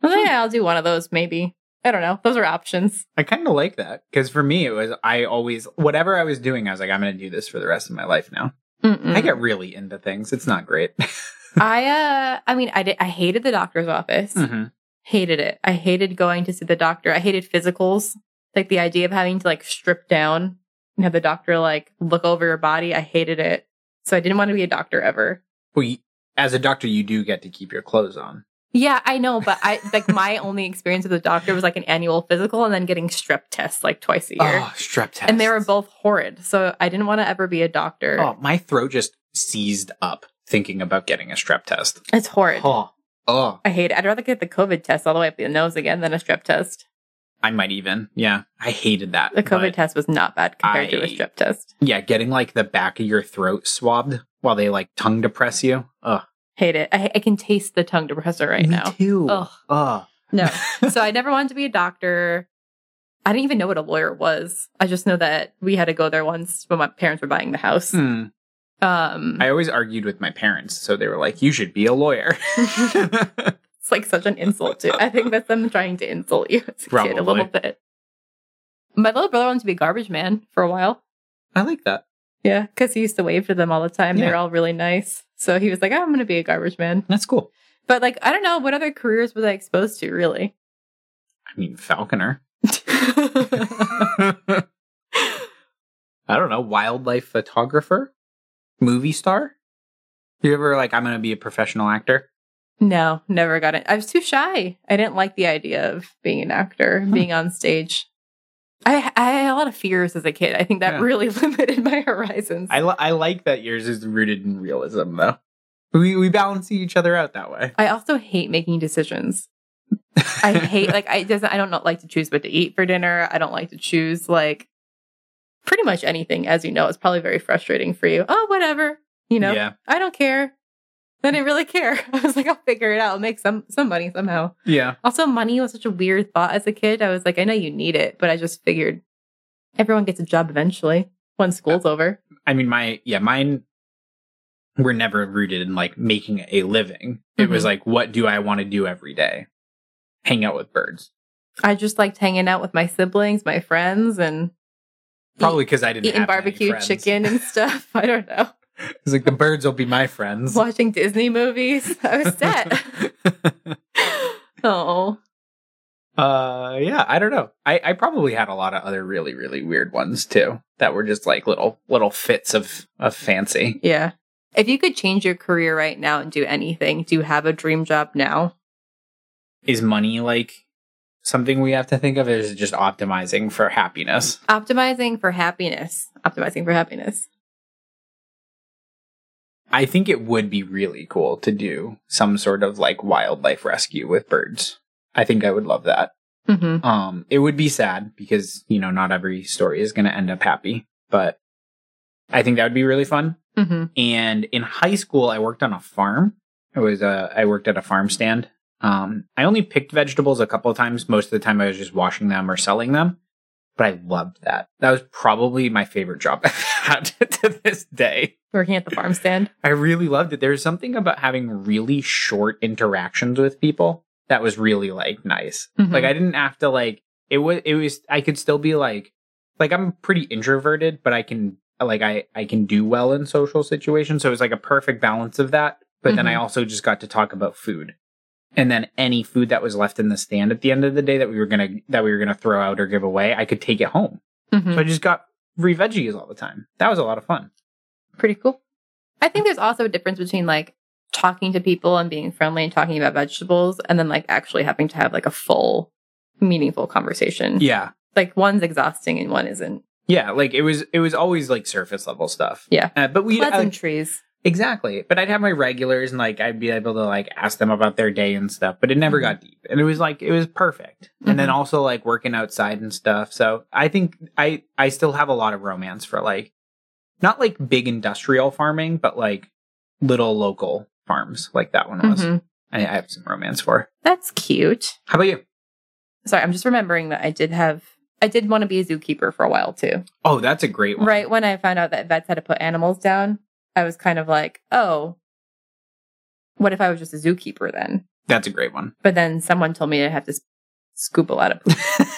Speaker 2: well,
Speaker 1: Hmm.
Speaker 2: yeah, I'll do one of those maybe. I don't know. Those are options.
Speaker 1: I kind of like that because for me, it was I always whatever I was doing, I was like, I'm going to do this for the rest of my life now. I
Speaker 2: Mm-mm.
Speaker 1: get really into things. It's not great.
Speaker 2: I uh, I mean, I did. I hated the doctor's office.
Speaker 1: Mhm.
Speaker 2: Hated it. I hated going to see the doctor. I hated physicals. Like the idea of having to like strip down and have the doctor like look over your body. I hated it. So I didn't want to be a doctor ever.
Speaker 1: Well, you, as a doctor, you do get to keep your clothes on.
Speaker 2: Yeah, I know, but I like my only experience with the doctor was like an annual physical and then getting strep tests like twice a year.
Speaker 1: Oh, strep test.
Speaker 2: and they were both horrid. So I didn't want to ever be a doctor.
Speaker 1: Oh, my throat just seized up thinking about getting a strep test.
Speaker 2: It's horrid.
Speaker 1: Oh, oh,
Speaker 2: I hate it. I'd rather get the COVID test all the way up the nose again than a strep test.
Speaker 1: I might even. Yeah, I hated that.
Speaker 2: The COVID
Speaker 1: but-
Speaker 2: test was not bad compared to a
Speaker 1: I-
Speaker 2: strep test.
Speaker 1: Yeah, getting like the back of your throat swabbed while they like tongue depress you. Ugh.
Speaker 2: Hate it. I, I can taste the tongue depressor right
Speaker 1: Me
Speaker 2: now.
Speaker 1: too.
Speaker 2: Ugh.
Speaker 1: Ugh.
Speaker 2: No. so I never wanted to be a doctor. I didn't even know what a lawyer was. I just know that we had to go there once when my parents were buying the house.
Speaker 1: Hmm.
Speaker 2: Um,
Speaker 1: I always argued with my parents, so they were like, "You should be a lawyer."
Speaker 2: it's like such an insult to. I think that's them trying to insult you as a kid a
Speaker 1: Probably.
Speaker 2: little bit. My little brother wanted to be a garbage man for a while.
Speaker 1: I like that.
Speaker 2: Yeah, because he used to wave to them all the time. They're
Speaker 1: Yeah.
Speaker 2: all really nice. So he was like, "Ah, "I'm going to be a garbage man."
Speaker 1: That's cool.
Speaker 2: But like, I don't know what other careers was I exposed to really.
Speaker 1: I mean, falconer. I don't know, wildlife photographer, movie star. You ever like, I'm gonna be a professional actor?
Speaker 2: No, never got it. I was too shy. I didn't like the idea of being an actor,
Speaker 1: Huh.
Speaker 2: being on stage. I, I had a lot of fears as a kid. I think that
Speaker 1: Yeah.
Speaker 2: really limited my horizons.
Speaker 1: I li- I like that yours is rooted in realism, though. We we balance each other out that way.
Speaker 2: I also hate making decisions. I hate like I doesn't I don't not like to choose what to eat for dinner. I don't like to choose like pretty much anything. As you know, it's probably very frustrating for you. Oh, whatever. You know,
Speaker 1: Yeah,
Speaker 2: I don't care. I didn't really care. I was like, I'll figure it out. I'll make some some money somehow.
Speaker 1: yeah.
Speaker 2: Also, money was such a weird thought as a kid. I was like, I know you need it, but I just figured everyone gets a job eventually when school's over.
Speaker 1: I mean, my yeah, mine were never rooted in like making a living. It
Speaker 2: Mm-hmm.
Speaker 1: was like, what do I want to do every day? Hang out with birds,
Speaker 2: I just liked hanging out with my siblings, my friends, and
Speaker 1: probably because I didn't
Speaker 2: eating
Speaker 1: have many
Speaker 2: barbecue
Speaker 1: friends.
Speaker 2: chicken and stuff. I don't know.
Speaker 1: It's like the birds will be my friends.
Speaker 2: Watching Disney movies. I was set. oh,
Speaker 1: uh, yeah, I don't know. I, I probably had a lot of other really really weird ones too that were just like little little fits of of fancy.
Speaker 2: yeah. If you could change your career right now and do anything, do you have a dream job now?
Speaker 1: Is money like something we have to think of? Or is it just optimizing for happiness?
Speaker 2: Optimizing for happiness. Optimizing for happiness.
Speaker 1: I think it would be really cool to do some sort of like wildlife rescue with birds. I think I would love that.
Speaker 2: Mm-hmm.
Speaker 1: Um, it would be sad because, you know, not every story is going to end up happy, but I think that would be really fun.
Speaker 2: Mm-hmm.
Speaker 1: And in high school, I worked on a farm. I was, uh, I worked at a farm stand. Um, I only picked vegetables a couple of times. Most of the time I was just washing them or selling them, but I loved that. That was probably my favorite job I've had to this day.
Speaker 2: Working at the farm stand.
Speaker 1: I really loved it. There's something about having really short interactions with people that was really like nice.
Speaker 2: Mhm.
Speaker 1: Like I didn't have to like it was it was I could still be like like I'm pretty introverted, but I can like I I can do well in social situations. So it was like a perfect balance of that. But then I also just got to talk about food. And then any food that was left in the stand at the end of the day that we were gonna that we were gonna throw out or give away, I could take it home.
Speaker 2: Mhm.
Speaker 1: So I just got free veggies all the time. That was a lot of fun.
Speaker 2: pretty cool. I think there's also a difference between like talking to people and being friendly and talking about vegetables and then like actually having to have like a full meaningful conversation.
Speaker 1: Yeah.
Speaker 2: Like one's exhausting and one isn't.
Speaker 1: Yeah, like it was it was always like surface level stuff.
Speaker 2: Yeah.
Speaker 1: Uh, but we like,
Speaker 2: Pleasantries.
Speaker 1: exactly. But I'd have my regulars and like I'd be able to like ask them about their day and stuff, but it never got deep. And it was like it was perfect. And then
Speaker 2: Mhm.
Speaker 1: also like working outside and stuff. So I think I I still have a lot of romance for like not like big industrial farming, but like little local farms like that one was.
Speaker 2: Mhm.
Speaker 1: I, I have some romance for.
Speaker 2: That's cute.
Speaker 1: How about you?
Speaker 2: sorry, I'm just remembering that I did have I did want to be a zookeeper for a while too.
Speaker 1: Oh, that's a great one.
Speaker 2: Right when I found out that vets had to put animals down, I was kind of like, oh, what if I was just a zookeeper then?
Speaker 1: That's a great one.
Speaker 2: But then someone told me I have to s- scoop a lot of poop.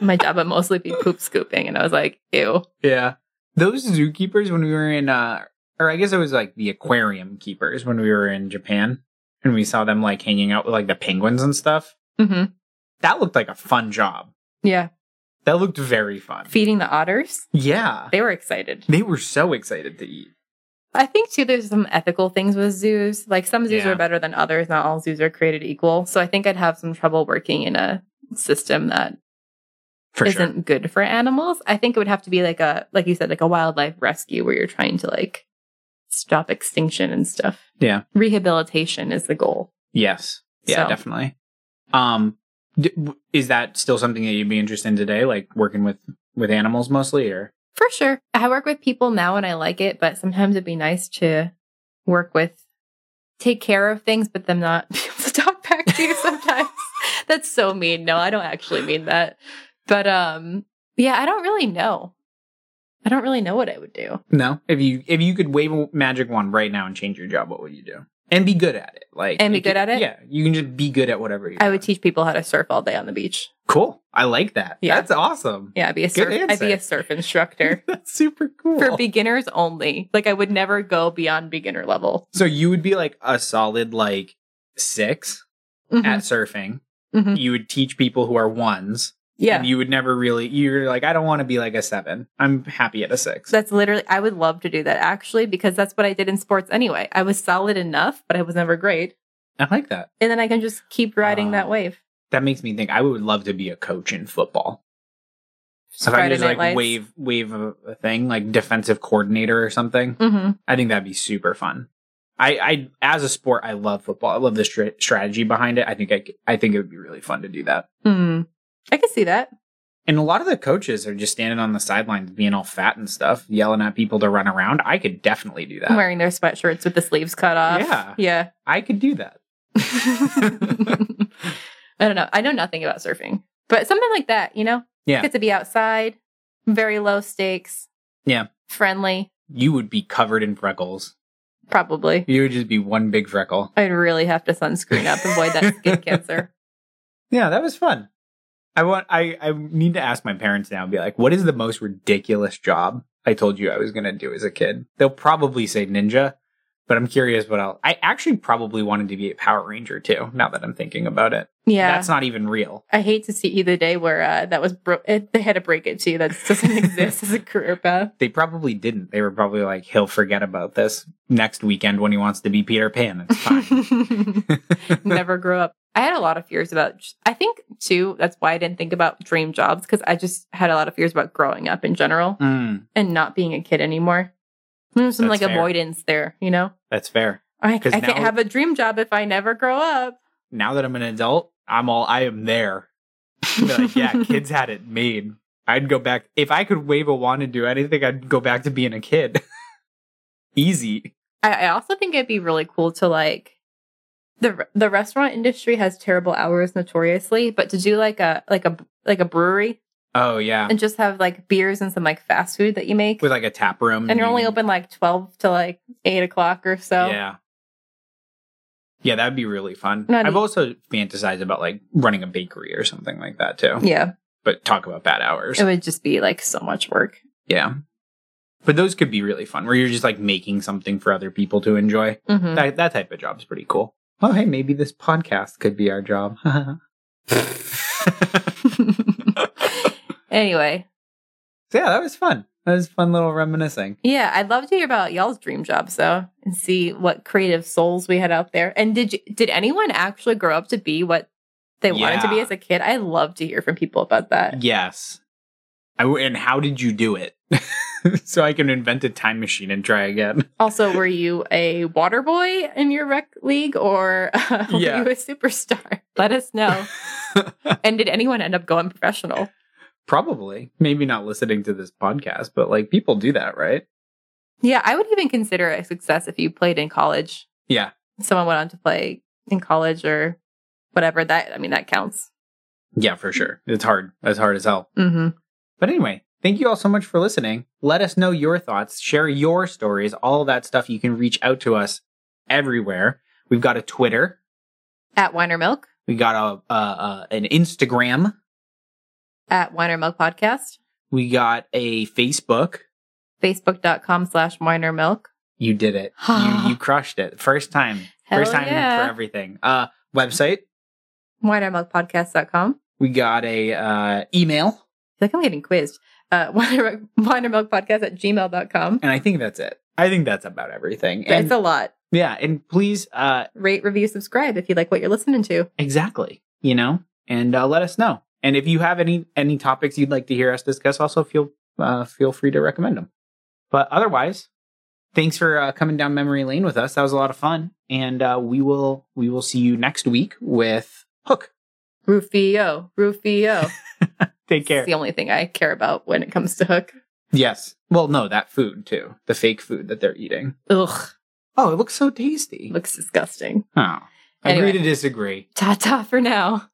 Speaker 2: My job would mostly be poop scooping, and I was like, ew.
Speaker 1: Yeah. Those zookeepers when we were in uh or I guess it was like the aquarium keepers when we were in Japan and we saw them like hanging out with like the penguins and stuff.
Speaker 2: hmm
Speaker 1: That looked like a fun job.
Speaker 2: Yeah,
Speaker 1: That looked very fun.
Speaker 2: feeding the otters,
Speaker 1: Yeah.
Speaker 2: they were excited.
Speaker 1: They were so excited to eat.
Speaker 2: I think too, there's some ethical things with zoos. Like some zoos
Speaker 1: Yeah.
Speaker 2: are better than others. Not all zoos are created equal. So I think I'd have some trouble working in a system that
Speaker 1: For
Speaker 2: not
Speaker 1: sure.
Speaker 2: good for animals. I think it would have to be like a, like you said, like a wildlife rescue where you're trying to like stop extinction and stuff.
Speaker 1: Yeah.
Speaker 2: Rehabilitation is the goal.
Speaker 1: Yes. Yeah,
Speaker 2: So-
Speaker 1: definitely. Um d- w- is that still something that you'd be interested in today like working with with animals mostly or
Speaker 2: For sure. I work with people now and I like it, but sometimes it'd be nice to work with, take care of things, but them not be able to talk back to you sometimes. That's so mean. No, I don't actually mean that. But um, yeah, I don't really know. I don't really know what I would do.
Speaker 1: No. If you if you could wave a magic wand right now and change your job, what would you do? And be good at it. Like
Speaker 2: And be
Speaker 1: you
Speaker 2: good
Speaker 1: can-
Speaker 2: at it?
Speaker 1: Yeah. You can just be good at whatever you
Speaker 2: I would teach people how to surf all day on the beach.
Speaker 1: Cool. I like that.
Speaker 2: Yeah.
Speaker 1: That's awesome.
Speaker 2: Yeah, I'd be a surf. I'd be
Speaker 1: answer.
Speaker 2: a surf instructor
Speaker 1: That's super cool.
Speaker 2: for beginners only. Like I would never go beyond beginner level.
Speaker 1: so you would be like a solid like 6
Speaker 2: Mhm.
Speaker 1: at surfing.
Speaker 2: Mhm.
Speaker 1: You would teach people who are ones.
Speaker 2: Yeah,
Speaker 1: And you would never really you're like, I don't want to be like a seven. I'm happy at a six.
Speaker 2: That's literally, I would love to do that actually, because that's what I did in sports anyway. I was solid enough, but I was never great.
Speaker 1: I like that.
Speaker 2: And then I can just keep riding
Speaker 1: Ah.
Speaker 2: that wave.
Speaker 1: That makes me think I would love to be a coach in football. So if I
Speaker 2: Friday
Speaker 1: could just like
Speaker 2: Night Lights.
Speaker 1: wave wave a, a thing, like defensive coordinator or something.
Speaker 2: hmm
Speaker 1: I think that'd be super fun. I, I as a sport, I love football. I love the stra- strategy behind it. I think I, c- I think it would be really fun to do that.
Speaker 2: Mm-hmm. I could see that.
Speaker 1: And a lot of the coaches are just standing on the sidelines, being all fat and stuff, yelling at people to run around. I could definitely do that.
Speaker 2: Wearing their sweatshirts with the sleeves cut off.
Speaker 1: Yeah.
Speaker 2: Yeah.
Speaker 1: I could do that.
Speaker 2: I don't know. I know nothing about surfing, but something like that, you know?
Speaker 1: Yeah.
Speaker 2: Get to be outside, very low stakes.
Speaker 1: Yeah.
Speaker 2: Friendly,
Speaker 1: You would be covered in freckles.
Speaker 2: probably.
Speaker 1: You would just be one big freckle.
Speaker 2: I'd really have to sunscreen up, avoid that skin cancer.
Speaker 1: Yeah, that was fun. I want. I I need to ask my parents now and be like, what is the most ridiculous job I told you I was gonna do as a kid? They'll probably say ninja, but I'm curious what else. I actually probably wanted to be a Power Ranger too. Now that I'm thinking about it,
Speaker 2: Yeah.
Speaker 1: that's not even real.
Speaker 2: I hate to see either day where uh, that was bro- it, they had to break it to you. That doesn't exist as a career path.
Speaker 1: They probably didn't. They were probably like, he'll forget about this next weekend when he wants to be Peter Pan. It's fine.
Speaker 2: Never grow up. I had a lot of fears about. I think too. That's why I didn't think about dream jobs because I just had a lot of fears about growing up in general
Speaker 1: Mm,
Speaker 2: and not being a kid anymore. There's some
Speaker 1: That's
Speaker 2: like
Speaker 1: fair.
Speaker 2: avoidance there, you know.
Speaker 1: that's fair.
Speaker 2: I, I
Speaker 1: 'Cause
Speaker 2: can't
Speaker 1: now-
Speaker 2: have a dream job if I never grow up.
Speaker 1: Now that I'm an adult, I'm all I am there. Be like, yeah, kids had it made. I'd go back if I could wave a wand and do anything. I'd go back to being a kid. Easy.
Speaker 2: I, I also think it'd be really cool to like the the restaurant industry has terrible hours notoriously, but to do like a like a like a brewery
Speaker 1: Oh yeah,
Speaker 2: and just have like beers and some like fast food that you make,
Speaker 1: with like a tap room,
Speaker 2: and you're only
Speaker 1: you-
Speaker 2: open like twelve to like eight o'clock or so.
Speaker 1: Yeah, yeah, that'd be really fun.
Speaker 2: Not
Speaker 1: I've
Speaker 2: e-
Speaker 1: also fantasized about like running a bakery or something like that too.
Speaker 2: Yeah,
Speaker 1: But talk about bad hours.
Speaker 2: it would just be like so much work.
Speaker 1: yeah, but those could be really fun where you're just like making something for other people to enjoy.
Speaker 2: hmm
Speaker 1: That that type of job's pretty cool. Mm-hmm. Oh hey, maybe this podcast could be our job.
Speaker 2: anyway,
Speaker 1: So, yeah, that was fun. That was fun little reminiscing.
Speaker 2: yeah, I'd love to hear about y'all's dream jobs though, and see what creative souls we had out there. And did you, did anyone actually grow up to be what they wanted to be
Speaker 1: Yeah. Mm.
Speaker 2: as a kid? I love to hear from people about that.
Speaker 1: Yes. I w and how did you do it? so I can invent a time machine and try again.
Speaker 2: Also, were you a water boy in your rec league or uh,
Speaker 1: Yeah.
Speaker 2: were you a superstar? Let us know. and did anyone end up going professional?
Speaker 1: Probably. Maybe not listening to this podcast, but like people do that, right?
Speaker 2: Yeah, I would even consider it a success if you played in college.
Speaker 1: Yeah.
Speaker 2: Someone went on to play in college or whatever. That I mean, that counts.
Speaker 1: Yeah, for sure. It's hard. It's hard as hell.
Speaker 2: Mm-hmm.
Speaker 1: But anyway, thank you all so much for listening. Let us know your thoughts. Share your stories. All that stuff. You can reach out to us everywhere. We've got a Twitter.
Speaker 2: At Winer Milk,
Speaker 1: We got a, a, a an Instagram.
Speaker 2: at Winer Milk Podcast,
Speaker 1: We got a Facebook.
Speaker 2: facebook.com slash Winer Milk.
Speaker 1: You did it. you, you crushed it. First time.
Speaker 2: Hell
Speaker 1: First time
Speaker 2: yeah.
Speaker 1: for everything. Uh, website.
Speaker 2: winermilkpodcast.com.
Speaker 1: We got a uh, email,
Speaker 2: I feel like I'm getting quizzed. Uh, winer, winermilkpodcast at gmail.com.
Speaker 1: and I think that's it. I think that's about everything.
Speaker 2: But it's
Speaker 1: And
Speaker 2: a lot.
Speaker 1: yeah, and please, uh,
Speaker 2: Rate, review, subscribe if you like what you're listening to.
Speaker 1: exactly. You know, and uh, let us know. And if you have any any topics you'd like to hear us discuss, also feel uh, feel free to recommend them. But otherwise, thanks for uh, coming down memory lane with us. That was a lot of fun, and uh, we will we will see you next week with Hook.
Speaker 2: Rufio, Rufio.
Speaker 1: Take care.
Speaker 2: It's the only thing I care about when it comes to Hook.
Speaker 1: Yes. Well, no, that food too. The fake food that they're eating.
Speaker 2: Ugh,
Speaker 1: Oh, it looks so tasty.
Speaker 2: looks disgusting.
Speaker 1: Oh. Agree
Speaker 2: Anyway.
Speaker 1: to disagree.
Speaker 2: Ta ta for now.